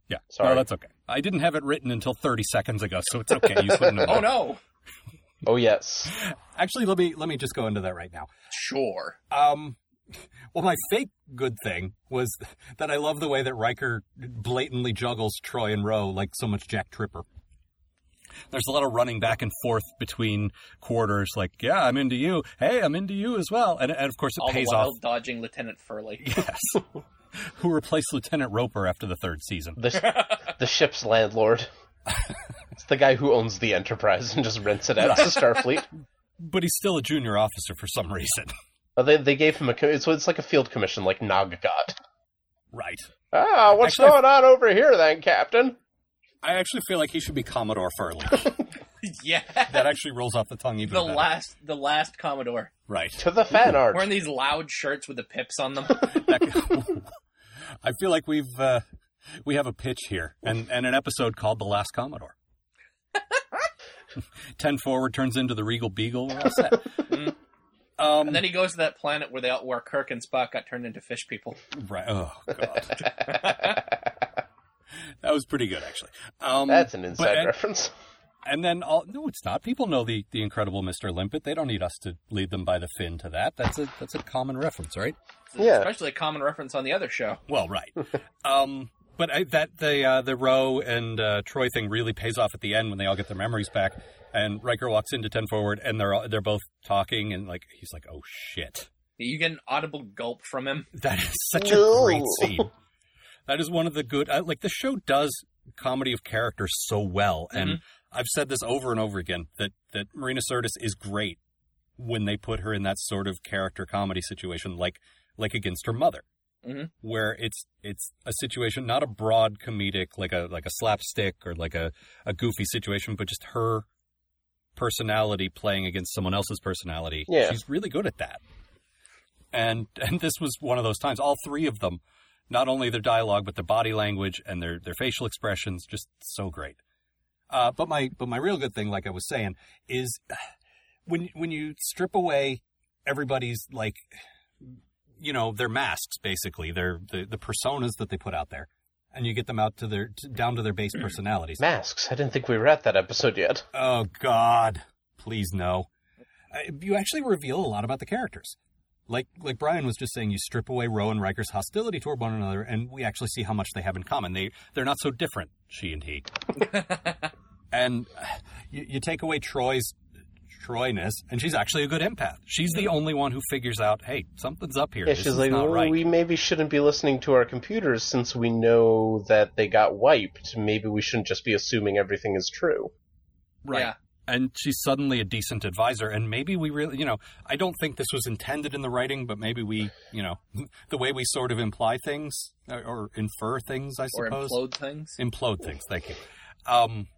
Yeah. Sorry. No, that's okay. I didn't have it written until 30 seconds ago, so it's okay. You wouldn't have Oh no, Oh yes. Actually, let me let me just go into that right now. sure. Um, well, my fake good thing was that I love the way that Riker blatantly juggles Troy and Rowe like so much Jack Tripper. There's a lot of running back and forth between quarters, like, yeah, I'm into you. Hey, I'm into you as well. And, and of course, it All the pays while off. dodging Lieutenant Furley. Yes. Who replaced Lieutenant Roper after the third season. The the ship's landlord. It's the guy who owns the Enterprise and just rents it out to Starfleet. But he's still a junior officer for some reason. Uh, They they gave him a co- so it's like a field commission like Nog got. right. Ah, what's Actually- going on over here then, Captain? I actually feel like he should be Commodore Furley. yeah. that actually rolls off the tongue even The better. last, the last Commodore right. To the fan art. wearing these loud shirts with the pips on them. That- I feel like we've uh, we have a pitch here, and and an episode called "The Last Commodore." Ten forward turns into the Regal Beagle. We're all set. Um, and then he goes to that planet where they all, where Kirk and Spock got turned into fish people. right, oh god, that was pretty good actually. Um, That's an inside but- and- reference. And then all no, it's not. People know the the Incredible Mr. Limpet. They don't need us to lead them by the fin to that. That's a that's a common reference, right? Yeah. Especially a common reference on the other show. Well, right. um, but I, that the uh, the Roe and uh, Troy thing really pays off at the end when they all get their memories back, and Riker walks into ten forward, and they're all, they're both talking, and like he's like, "Oh shit, You get an audible gulp from him. that is such a No. great scene." That is one of the good. I, like the show does comedy of character so well, and I've said this over and over again that that Marina Sirtis is great when they put her in that sort of character comedy situation, like like against her mother where it's it's a situation not a broad comedic like a like a slapstick or like a, a goofy situation but just her personality playing against someone else's personality Yeah. she's really good at that and and this was one of those times all three of them not only their dialogue but their body language and their their facial expressions just so great uh, but my but my real good thing like i was saying is when when you strip away everybody's like you know their masks basically their the, the personas that they put out there and you get them out to their to, down to their base personalities Masks. I didn't think we were at that episode yet. oh god please no Uh, you actually reveal a lot about the characters like like Brian was just saying you strip away Roe and Riker's hostility toward one another and we actually see how much they have in common they they're not so different she and he and uh, you, you take away Troy's Troyness, and she's actually a good empath. She's the only one who figures out, hey, something's up here. Yeah, This she's is like, not "Well, right. we maybe shouldn't be listening to our computers since we know that they got wiped. Maybe we shouldn't just be assuming everything is true. Right. Yeah. And she's suddenly a decent advisor. And maybe we really, you know, I don't think this was intended in the writing, but maybe we, you know, the way we sort of imply things or, or infer things, I Or suppose. implode things. implode things. Thank you. Um,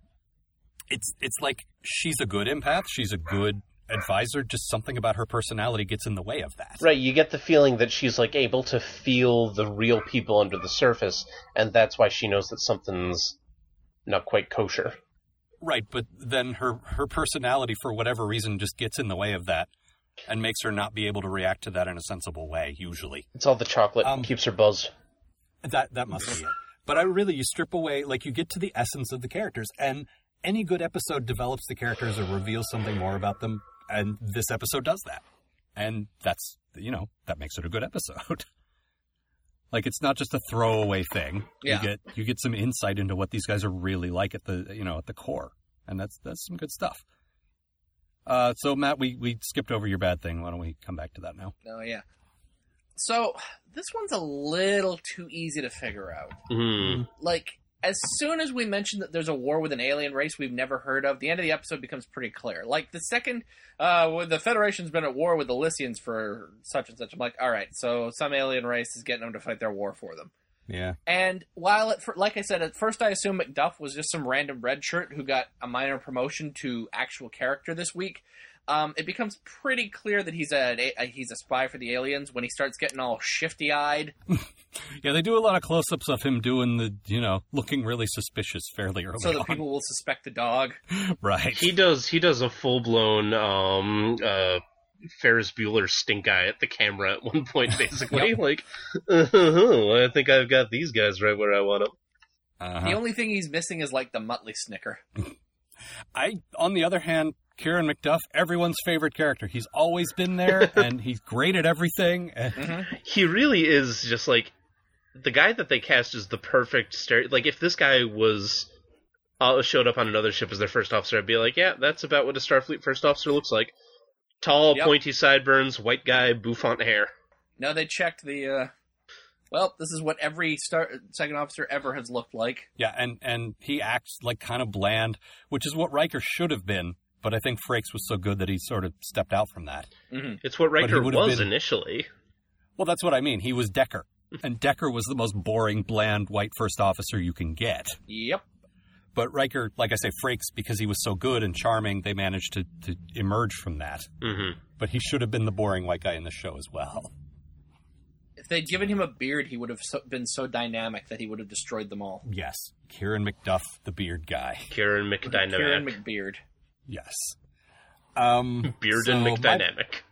it's it's like she's a good empath. She's a good advisor. Just something about her personality gets in the way of that. Right, you get the feeling that she's like able to feel the real people under the surface, and that's why she knows that something's not quite kosher. Right, but then her her personality for whatever reason just gets in the way of that and makes her not be able to react to that in a sensible way usually. It's all the chocolate Um, keeps her buzzed. That that must be it. But I really you strip away like you get to the essence of the characters and any good episode develops the characters or reveals something more about them and this episode does that. And that's you know, that makes it a good episode. like it's not just a throwaway thing. Yeah. You get you get some insight into what these guys are really like at the you know, at the core. And that's that's some good stuff. Uh, so Matt, we, we skipped over your bad thing. Why don't we come back to that now? Oh yeah. So this one's a little too easy to figure out. hmm. Mm. Like as soon as we mention that there's a war with an alien race we've never heard of, the end of the episode becomes pretty clear. Like the second, uh, well, the Federation's been at war with the Lycians for such and such. I'm like, all right, so some alien race is getting them to fight their war for them. Yeah. And while at fir- like I said, at first I assumed McDuff was just some random red shirt who got a minor promotion to actual character this week. Um, it becomes pretty clear that he's a, a he's a spy for the aliens when he starts getting all shifty eyed. Yeah, they do a lot of close ups of him doing the, you know, looking really suspicious fairly early so that on. people will suspect the dog. right. He does. He does a full blown um, uh, Ferris Bueller stink eye at the camera at "Uh-huh, one point, basically. Like, I think I've got these guys right where I want them. Uh-huh. The only thing he's missing is like the Muttley snicker. I, on the other hand, Kieran McDuff, everyone's favorite character. He's always been there, and he's great at everything. And Mm-hmm. He really is just like the guy that they cast is the perfect stereo. Like if this guy was uh, showed up on another ship as their first officer, I'd be like, yeah, that's about what a Starfleet first officer looks like. Tall, Yep. pointy sideburns, white guy, bouffant hair. No, they checked the. uh Well, this is what every star- second officer ever has looked like. yeah, and and he acts like kind of bland, which is what Riker should have been. But I think Frakes was so good that he sort of stepped out from that. It's what he Riker would've was been- initially. Well, that's what I mean. He was Decker, and Decker was the most boring, bland white first officer you can get. Yep. But Riker, like I say, Frakes because he was so good and charming, they managed to, to emerge from that. hmm But he should have been the boring white guy in the show as well. If they'd given him a beard, he would have so- been so dynamic that he would have destroyed them all. Yes, Kieran McDuff, the beard guy. Kieran McDynamic. Kieran McBeard. Yes. Um, Bearden so my- McDynamic.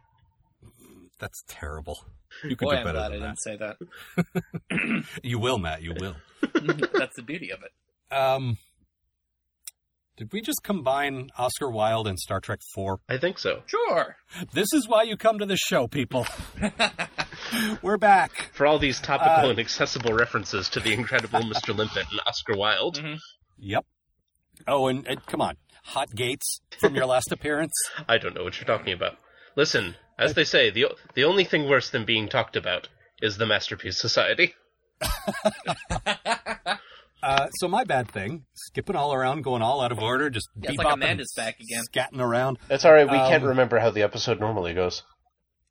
that's terrible. You can Boy, do I'm better glad I than that. didn't say that. You will, Matt. You will. Mm-hmm. That's the beauty of it. Um, did we just combine Oscar Wilde and Star Trek Four? I think so. Sure. This is why you come to this show, people. We're back. For all these Uh, topical and accessible references to the incredible Mr. Limpet and Oscar Wilde. Mm-hmm. Yep. Oh, and, and come on, hot gates from your last appearance. I don't know what you're talking about. Listen, as they say, the o- the only thing worse than being talked about is the Masterpiece Society. Uh, so my bad thing, skipping all around, going all out of order, just Yeah, it's bebopping like and Amanda's back again. scatting around. That's all right. We Um, can't remember how the episode normally goes.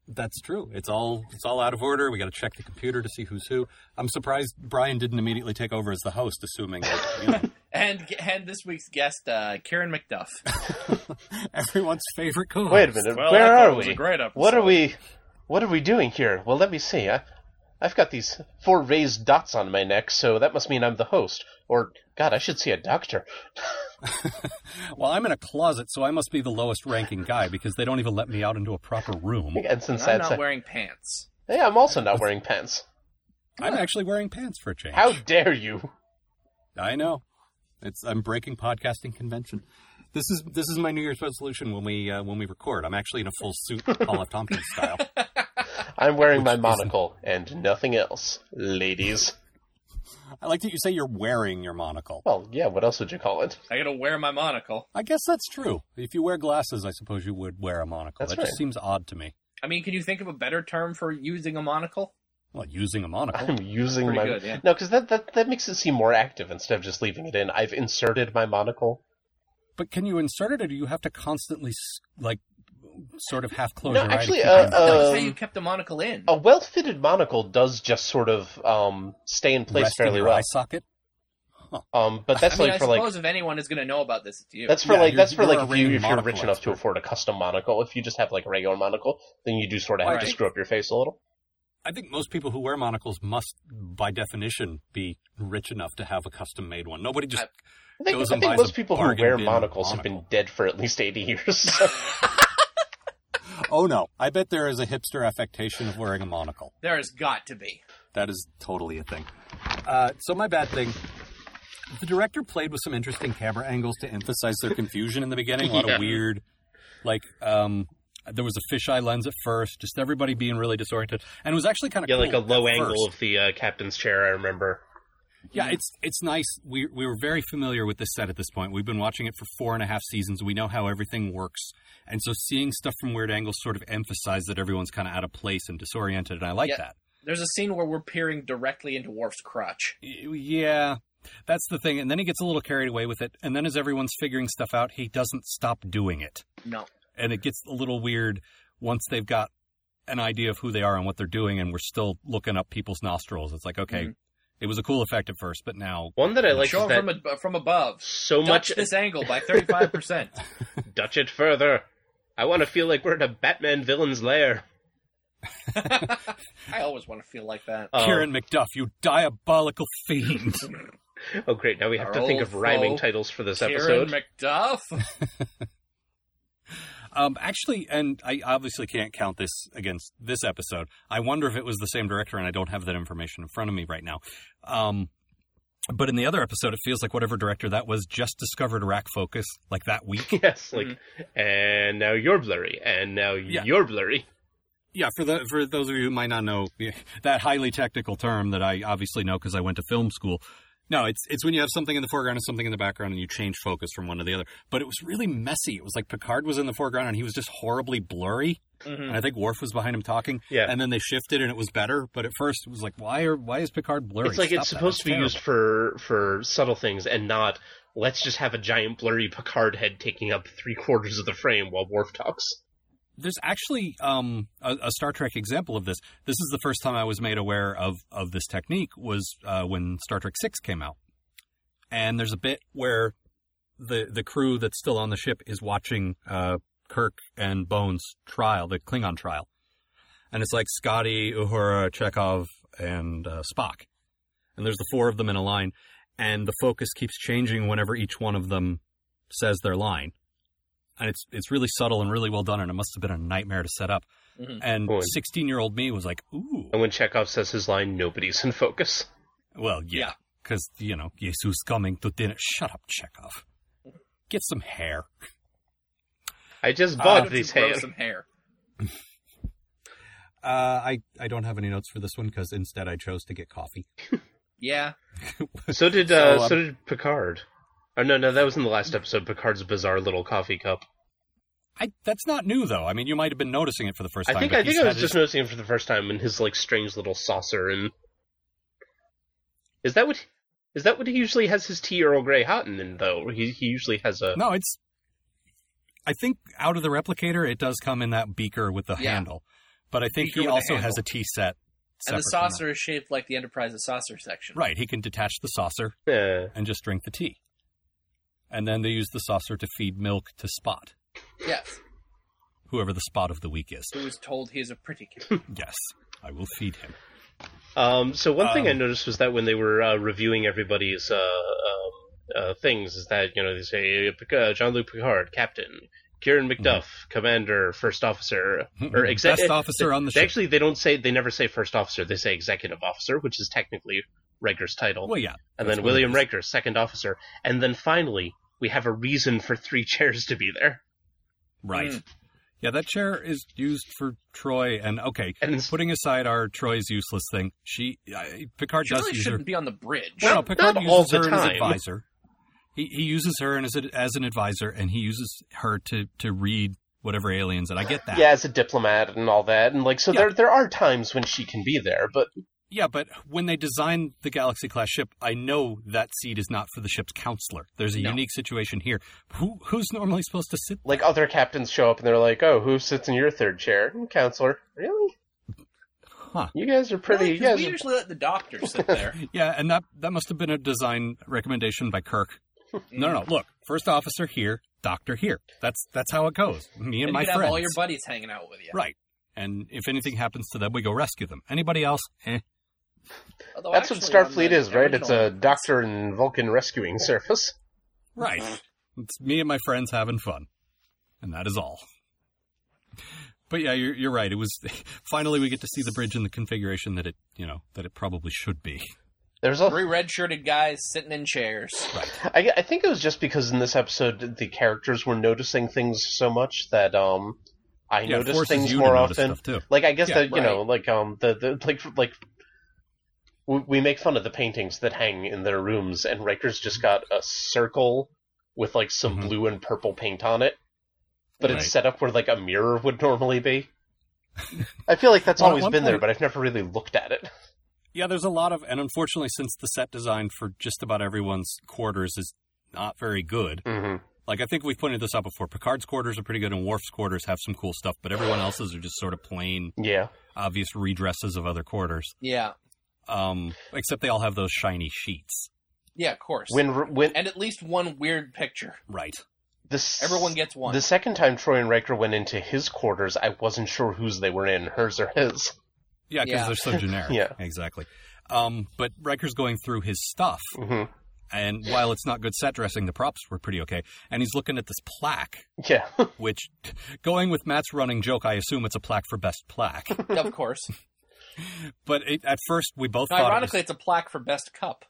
That's true. It's all it's all out of order. We got to check the computer to see who's who. I'm surprised Brian didn't immediately take over as the host, assuming that, you know, And and this week's guest, uh, Karen McDuff. everyone's favorite co Wait a minute. Well, where I thought are it was we? a great episode. What are we? What are we doing here? Well, let me see. I, I've got these four raised dots on my neck, so that must mean I'm the host. Or God, I should see a doctor. Well, I'm in a closet, so I must be the lowest ranking guy because they don't even let me out into a proper room. And since I'm that's not wearing pants. yeah, I'm also not wearing pants. I'm actually wearing pants for a change. How dare you? I know. It's I'm breaking podcasting convention. This is this is my New Year's resolution when we uh, when we record. I'm actually in a full suit, Paul F. Tompkins style. I'm wearing my monocle and nothing else, ladies. I like that you say you're wearing your monocle. Well, yeah. What else would you call it? I gotta wear my monocle. I guess that's true. If you wear glasses, I suppose you would wear a monocle. That's that just right. seems odd to me. I mean, can you think of a better term for using a monocle? Well, using a monocle. I'm using Pretty my good, yeah. no, because that, that that makes it seem more active instead of just leaving it in. I've inserted my monocle. but can you insert it, or do you have to constantly s- like sort of half close No, your eye to actually, keep uh, it- uh, That's how Um, oh, you kept the monocle in. A well-fitted monocle does just sort of um, stay in place rest in fairly your well. Eye socket. Um, but that's I mean, like I for like suppose if anyone is gonna know about this, it's you. that's for Yeah, like you're- that's for you're like a if, you, raving if you're monocle rich enough to expert. afford a custom monocle. If you just have like a regular monocle, then you do sort of have to Right. screw up your face a little. I think most people who wear monocles must, by definition, be rich enough to have a custom made one. Nobody just. I think, Goes I and think buys most a people who bargain wear bin monocles have been monocle. dead for at least eighty years. oh no! I bet there is a hipster affectation of wearing a monocle. There has got to be. That is totally a thing. Uh, so my bad thing. The director played with some interesting camera angles to emphasize their confusion in the beginning. A lot Yeah. of weird, like um, there was a fisheye lens at first, just everybody being really disoriented, and it was actually kind of Yeah, like a low angle of the uh, captain's chair. I remember. Yeah, it's it's nice. We we were very familiar with this set at this point. We've been watching it for four and a half seasons. We know how everything works, and so seeing stuff from weird angles sort of emphasized that everyone's kind of out of place and disoriented, and I like Yeah. that. There's a scene where we're peering directly into Worf's crotch. Y- Yeah, that's the thing. And then he gets a little carried away with it, and then as everyone's figuring stuff out, he doesn't stop doing it, No. and it gets a little weird once they've got an idea of who they are and what they're doing, and we're still looking up people's nostrils. It's like, okay, it was a cool effect at first, but now One that I like Show is him that from, ab- from above. so Touch much this angle by 35%. Dutch it further. I want to feel like we're in a Batman villain's lair. I always want to feel like that. Oh. Kieran McDuff, you diabolical fiend. Oh, great! Now we have Our to think old of rhyming foe, titles for this Karen episode. McDuff. um, actually, and I obviously can't count this against this episode. I wonder if it was the same director, and I don't have that information in front of me right now. Um, But in the other episode, it feels like whatever director that was just discovered rack focus like that week. Yes, like, and now you're blurry, and now Mm-hmm. Yeah. you're blurry. yeah, for the for those of you who might not know that highly technical term that I obviously know because I went to film school. No, it's it's when you have something in the foreground and something in the background, and you change focus from one to the other. But it was really messy. It was like Picard was in the foreground and he was just horribly blurry, Mm-hmm. and I think Worf was behind him talking. Yeah. and then they shifted and it was better. But at first, it was like, why are why is Picard blurry? It's like Stop it's that. supposed That's to be terrible. used for for subtle things and not let's just have a giant blurry Picard head taking up three quarters of the frame while Worf talks. there's actually um, a, a Star Trek example of this. This is the first time I was made aware of of this technique was uh, when Star Trek Six came out, and there's a bit where the the crew that's still on the ship is watching uh, Kirk and Bones trial, the Klingon trial, and it's like Scotty, Uhura, Chekhov, and uh, Spock, and there's the four of them in a line, and the focus keeps changing whenever each one of them says their line and it's it's really subtle and really well done, and it must have been a nightmare to set up. Mhm. And Boy. sixteen year old me was like, "Ooh, And when Chekhov says his line, nobody's in focus. well, yeah, because you know, Jesus coming to dinner." Shut up, Chekhov. Get some hair. I just bought Ah. Don't you these grow hands. some hair. Uh, I I don't have any notes for this one because instead I chose to get coffee. Yeah. So did uh, So, um, so did Picard. Oh no, no, that was in the last episode. Picard's bizarre little coffee cup. I that's not new though. I mean, you might have been noticing it for the first time. I think but I think he's I was had just his- noticing him for the first time in his like strange little saucer and is that what is that what he usually has his tea Earl Grey hot in though? He he usually has a no. It's I think out of the replicator it does come in that beaker with the Yeah. handle, but I think Beaker he with the also has handle. a tea set. And the separate from that. saucer is shaped like the Enterprise's saucer section. Right, he can detach the saucer uh, and just drink the tea. And then they use the saucer to feed milk to Spot, Yes. whoever the Spot of the week is. Who was told he is a pretty kid. yes, I will feed him. Um, so one thing I Um, noticed was that when they were uh, reviewing everybody's uh, um, uh, things, is that you know they say uh, John Luke Picard, Captain, Kieran McDuff, Commander, First Officer, or Mhm. exec- Best officer on the they, ship. Actually, they don't say they never say First Officer; they say Executive Officer, which is technically Riker's title. Well, yeah. and that's then what it William is. Riker, Second Officer, and then finally we have a reason for three chairs to be there. Right. Hmm. Mm. Yeah, that chair is used for Troy. And okay, And it's- putting aside our Troy's useless thing, she I, Picard She does really use her. shouldn't be on the bridge. No, Not- Picard not uses all her the as time. advisor. He, he uses her as, a, as an advisor, and he uses her to, to read whatever aliens. And I get that. Yeah, as a diplomat and all that, and like so Yeah. there there are times when she can be there, but Yeah, but when they designed the Galaxy class ship, I know that seat is not for the ship's counselor. There's a No. unique situation here. Who who's normally supposed to sit? like other captains show up and they're like, "Oh, who sits in your third chair, Hmm, counselor?" Really? Huh. You guys are Really? pretty. you 'Cause guys we are- usually let the doctor sit there. Yeah, and that that must have been a design recommendation by Kirk. No, no, no. Look, first officer here, doctor here. That's that's how it goes. Me and, and my you can friends. have all your buddies hanging out with you. Right. And if anything happens to them, we go rescue them. Anybody else? Eh. Although That's what actually, on Starfleet the is, right? It's a original- doctor and Vulcan rescuing service. Right. It's me and my friends having fun. And that is all. But yeah, you're, you're right. It was finally we get to see the bridge in the configuration that it, you know, that it probably should be. There's a three red-shirted guys sitting in chairs. I, I think it was just because in this episode the characters were noticing things so much that um I Yeah, it noticed forces things you more to notice often. stuff, too. Like I guess Yeah, that you know, like um the, the like like we, we make fun of the paintings that hang in their rooms, and Riker's just Mm-hmm. got a circle with like some Mhm. blue and purple paint on it, but Right. it's set up where like a mirror would normally be. I feel like that's Well, at always one been there, point- but I've never really looked at it. Yeah, there's a lot of, and unfortunately, since the set design for just about everyone's quarters is not very good, hmm like I think we've pointed this out before. Picard's quarters are pretty good, and Worf's quarters have some cool stuff, but everyone else's are just sort of plain, Yeah, obvious redresses of other quarters. Yeah. Um, except they all have those shiny sheets, Yeah, of course. when when and at least one weird picture. right? this Everyone gets one. The second time Troy and Riker went into his quarters, I wasn't sure whose they were in, hers or his. Yeah, because Yeah. they're so generic. Yeah. exactly. Um, but Riker's going through his stuff, Mhm. and while it's not good set dressing, the props were pretty okay. And he's looking at this plaque, Yeah. which, going with Matt's running joke, I assume it's a plaque for best plaque. of course. But it, at first, we both Now, thought. it was- ironically, it's a plaque for best cup.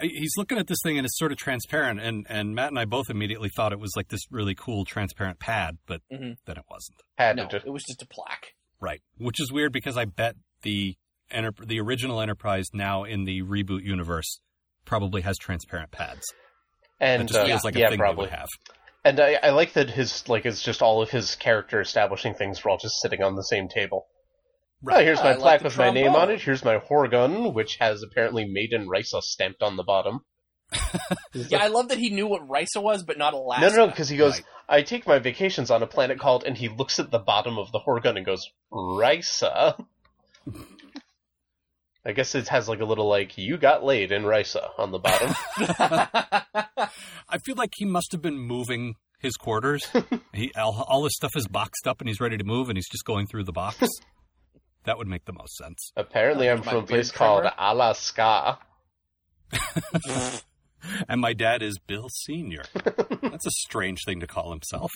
he's looking at this thing and it's sort of transparent and and Matt and I both immediately thought it was like this really cool transparent pad but Mhm. then it wasn't Had No, to just it was just a plaque. right which is weird because I bet the enter- the original Enterprise now in the reboot universe probably has transparent pads and that just uh, feels like a yeah, thing probably. they would have And I, I like that his like it's just all of his character establishing things were all just sitting on the same table. Right. Oh, here's Yeah, my I like plaque the with my name on trombone. it. Here's my horgun, which has apparently Maiden Risa stamped on the bottom. It's Yeah, like- I love that he knew what Risa was, but not Alaska. no, no, no, because he goes, Right. I take my vacations on a planet called, and he looks at the bottom of the horgun and goes, Risa. I guess it has like a little like you got laid in Risa on the bottom. I feel like he must have been moving his quarters he all, all his stuff is boxed up and he's ready to move and he's just going through the box that would make the most sense Apparently, I'm Like my from a beard place trimmer? called Alaska. and my dad is Bill Senior that's a strange thing to call himself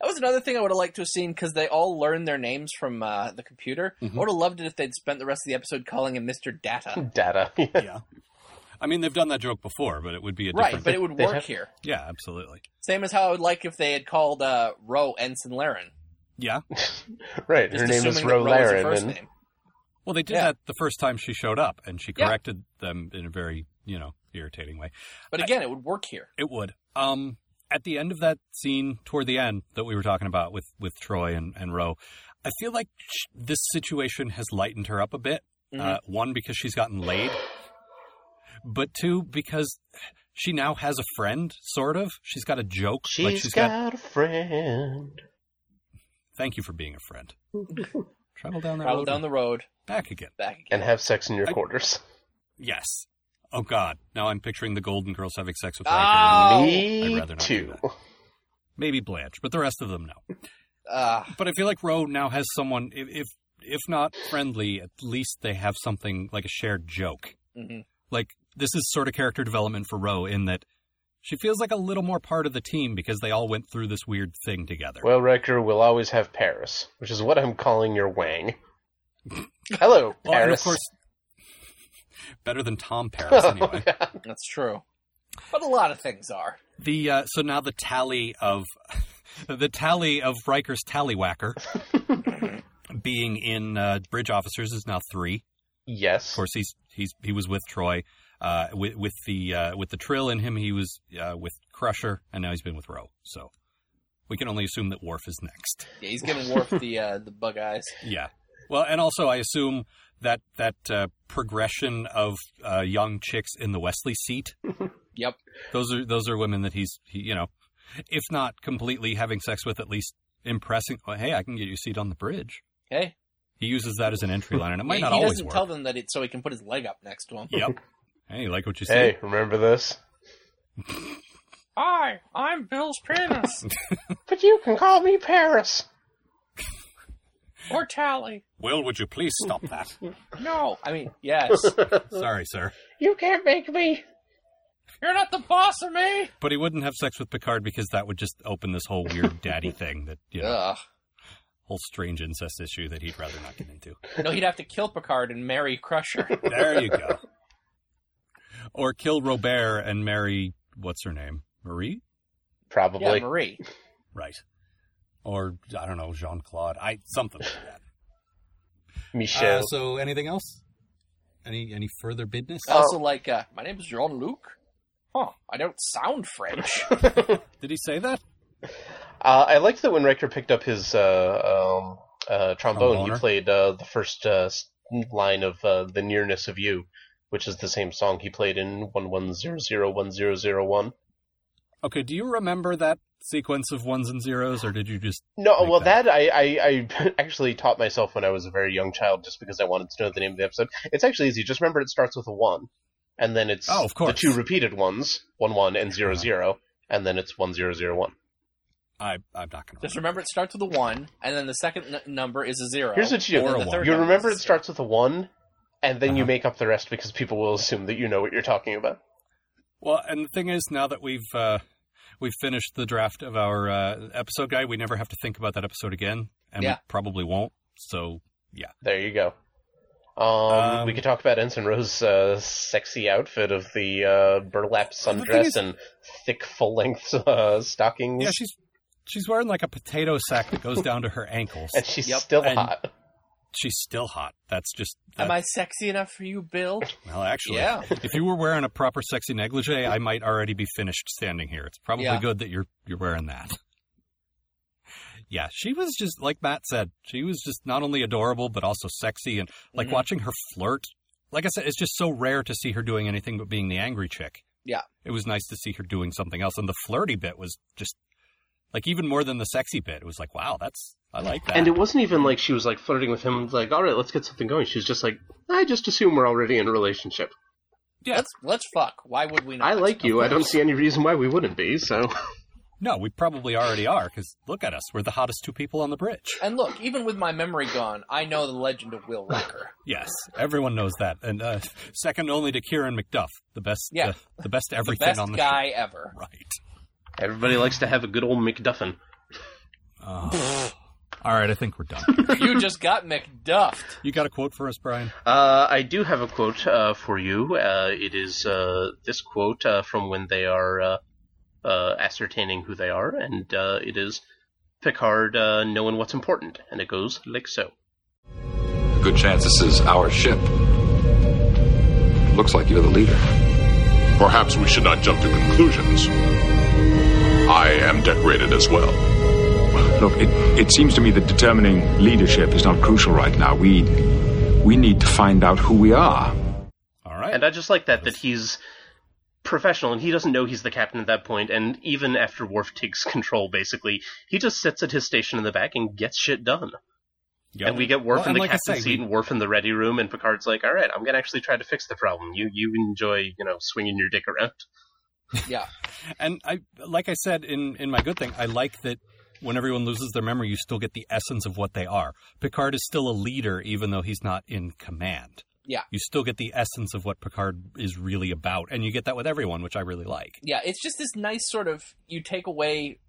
That was another thing I would have liked to have seen because they all learned their names from uh, the computer. Mm-hmm. I would have loved it if they'd spent the rest of the episode calling him Mr. Data. Data. yeah. I mean, they've done that joke before, but it would be a right, different. but it would they'd work have- here. yeah, absolutely. Same as how I would like if they had called uh, Ro Ensign Laren. Yeah. right. Just Her name is assuming that Ro Ro is her Laren, first and name. Well, they did Yeah. that the first time she showed up, and she Yeah. corrected them in a very, you know, irritating way. But again, it would work here. It would. Um, at the end of that scene, toward the end that we were talking about with with Troy and and Ro, I feel like sh- this situation has lightened her up a bit. Uh, one because she's gotten laid, but two because she now has a friend. Sort of, she's got a joke. like she's she's got got a friend. Thank you for being a friend. Travel down that Travel road down and the road, back again. back again. And have sex in your I- quarters. Yes. Oh God! Now I'm picturing the Golden Girls having sex with Riker. Ah! Oh. Me I'd rather not do too. Maybe Blanche, but the rest of them no. Ah, But I feel like Roe now has someone. If if, if not friendly, at least they have something like a shared joke. mhm. Like this is sort of character development for Roe in that she feels like a little more part of the team because they all went through this weird thing together. Well, Riker, we'll always have Paris, which is what I'm calling your Wang. Hello, Well, and of Paris. course, better than Tom Paris anyway. that's true. But a lot of things are. The uh, so now the tally of the tally of Riker's tallywhacker being in uh, bridge officers is now three. Of yes. course, he's he's he was with Troy, uh, with with the uh, with the trill in him. He was uh, with Crusher, and now he's been with Roe. So we can only assume that Worf is next. Yeah, he's gonna warp the uh, the bug eyes. Yeah. Well, and also I assume that that uh, progression of uh, young chicks in the Wesley seat Yep. those are those are women that he's he, you know if not completely having sex with at least impressing well, hey i can get you a seat on the bridge Hey, he uses that as an entry line and it might Yeah, not he always doesn't work tell them that it's so he can put his leg up next to him. yep hey you like what you Hey, say remember this? Hi, I'm Bill's penis But you can call me Paris. or Tally. will would you please stop that No, I mean yes. sorry sir You can't make me. You're not the boss of me. but he wouldn't have sex with picard because that would just open this whole weird daddy thing that you know Ugh. whole strange incest issue that he'd rather not get into No, he'd have to kill Picard and marry Crusher. there you go or kill robert and marry what's her name marie Probably. yeah, Marie. Right. Or I don't know, Jean Claude. I something like that. Uh, Michelle. so anything else? Any any further business? I Also, like, uh, my name's Jean Luc. Huh? I don't sound French. Did he say that? Uh, I liked that when Riker picked up his uh, um, uh, trombone, Tromboner. he played uh, the first uh, s- line of uh, "The Nearness of You," which is the same song he played in one one zero zero one zero zero one. Okay, do you remember that sequence of ones and zeros or did you just No, Like well, that. that, I, I, I actually taught myself when I was a very young child, just because I wanted to know the name of the episode. It's actually easy. Just remember, it starts with a one, and then it's Oh, of course. Uh-huh. the two repeated ones, one one and zero zero, and then it's one zero zero one. I I'm not going to. Just remember, it starts with a one, and then the second n- number is a zero. Here's what you and do. then Or a the third You number remember is it a starts with a one, and then you Uh-huh. make up the rest because people will assume that you know what you're talking about. Well, and the thing is now that we've uh we finished the draft of our uh, episode guide. We never have to think about that episode again, and we Yeah. probably won't. So There you go. Um, Um, we could talk about Ensign Rose's uh, sexy outfit of the uh, burlap thing sundress is- and thick full length uh, stockings, yeah, she's she's wearing like a potato sack that goes down to her ankles. and she's Yep, still and- hot. She's still hot. That's just Am that, I sexy enough for you, Bill? well, actually, Yeah. if you were wearing a proper sexy negligee, I might already be finished standing here. It's probably Yeah. good that you're you're wearing that. Yeah, she was just like Matt said. She was just not only adorable but also sexy, and like Mhm. watching her flirt. Like I said, it's just so rare to see her doing anything but being the angry chick. Yeah. it was nice to see her doing something else, and the flirty bit was just like even more than the sexy bit. It was like, wow, that's I like that. And it wasn't even like she was like flirting with him, like, all right, let's get something going. She's just like, I just assume we're already in a relationship. Yeah. Let's let's fuck. Why would we not? I like you. I don't see any reason why we wouldn't be. So no, we probably already are because look at us. We're the hottest two people on the bridge. And look, even with my memory gone, I know the legend of Will Rucker. Yes, everyone knows that, and uh, second only to Kieran McDuff, the best, Yeah. the, the best the everything best on the guy ever. show. Right. everybody likes to have a good old McDuffin. Uh, all right, I think we're done. you just got McDuffed. You got a quote for us, Brian? Uh, I do have a quote uh, for you. Uh, it is uh, this quote uh, from when they are uh, uh, ascertaining who they are, and uh, it is Picard uh, knowing what's important, and it goes like so. Good chance this is our ship. Looks like you're the leader. Perhaps we should not jump to conclusions. I am decorated as well. Look, it, it seems to me that determining leadership is not crucial right now. We we need to find out who we are. All right. And uh, I just like that that he's professional and he doesn't know he's the captain at that point and even after Worf takes control basically he just sits at his station in the back and gets shit done Yeah. and we get Worf Well, in and the like I captain's say, seat we- and Worf in the ready room and Picard's like alright I'm gonna actually try to fix the problem you you enjoy you know swinging your dick around Yeah. And I, like I said in in my good thing, I like that when everyone loses their memory, you still get the essence of what they are. Picard is still a leader, even though he's not in command. Yeah. You still get the essence of what Picard is really about, and you get that with everyone, which I really like. Yeah, it's just this nice sort of you take away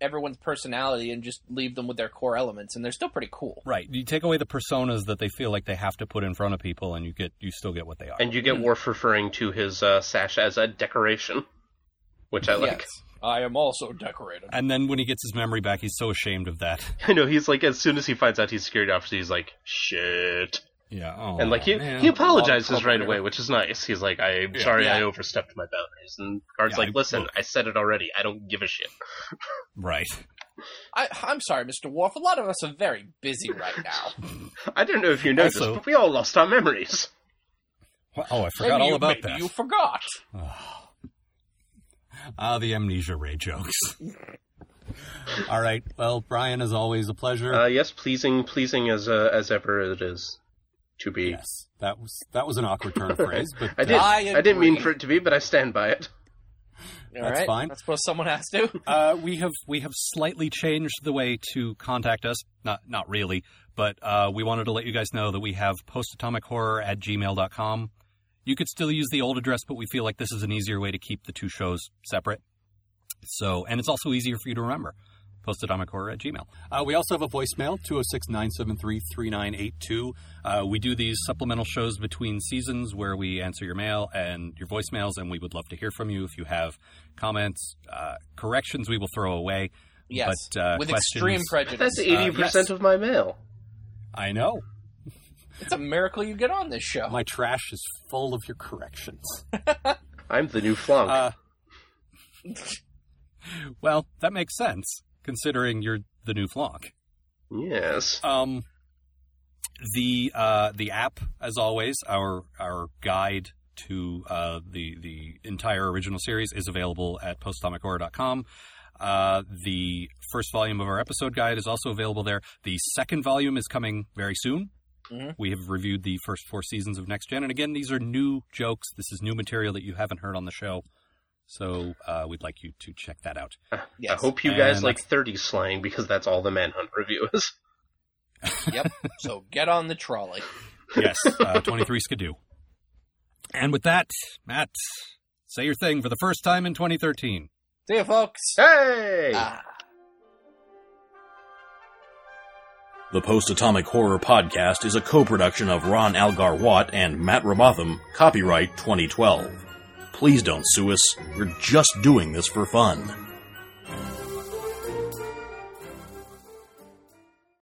everyone's personality and just leave them with their core elements and they're still pretty cool. Right. You take away the personas that they feel like they have to put in front of people, and you get you still get what they are. and you get Worf referring to his uh, sash as a decoration which I like Yes. I am also decorated. And then when he gets his memory back, he's so ashamed of that. I know he's like as soon as he finds out he's security officer he's like shit Yeah. Oh, And like he man. he apologizes right Motherfucker. away, which is nice. He's like, "I'm sorry, Yeah. I overstepped my boundaries." And Guard's Yeah, like, I- "Listen, look. I said it already. I don't give a shit." right. I, I'm sorry, Mr. Worf. A lot of us are very busy right now. I don't know if you noticed, Also- but we all lost our memories. Oh, I forgot Maybe all you- about maybe that. You forgot. Ah, the amnesia ray jokes. all right. Well, Brian, as always, a pleasure. Uh, yes, pleasing, pleasing as uh, as ever it is to be. yes, that was that was an awkward turn of phrase, but I did. uh, I, I didn't mean agree. for it to be, but I stand by it. All That's right? fine. I suppose someone has to. Uh, we have we have slightly changed the way to contact us. Not not really, but uh, we wanted to let you guys know that we have postatomichorror at gmail.com. You could still use the old address, but we feel like this is an easier way to keep the two shows separate. So, and it's also easier for you to remember. Postatomichorror at gmail. Uh, we also have a voicemail, 206 973 3982. Uh, We do these supplemental shows between seasons where we answer your mail and your voicemails, and we would love to hear from you if you have comments, uh, corrections we will throw away. Yes. But, uh, With questions- extreme prejudice. Uh, That's eighty yes. percent of my mail. I know. It's a miracle you get on this show. My trash is full of your corrections. I'm the new flunk. Uh, well, that makes sense considering you're the new flonk. yes. Um, the uh, the app, as always, our our guide to uh, the the entire original series is available at postatomichorror.com. Uh, the first volume of our episode guide is also available there. The second volume is coming very soon. Mhm. We have reviewed the first four seasons of Next Gen, and again, these are new jokes. This is new material that you haven't heard on the show, so uh, we'd like you to check that out. I yes. hope you guys And like thirty slang because that's all the Manhunt review is. yep. So get on the trolley. Yes, uh, 23 Skidoo. And with that, Matt, say your thing for the first time in 2013. See you, folks. Hey! Uh, Ah. The Post Atomic Horror Podcast is a co production of Ron Algar Watt and Matt Robotham, copyright 2012. Please don't sue us, we're just doing this for fun.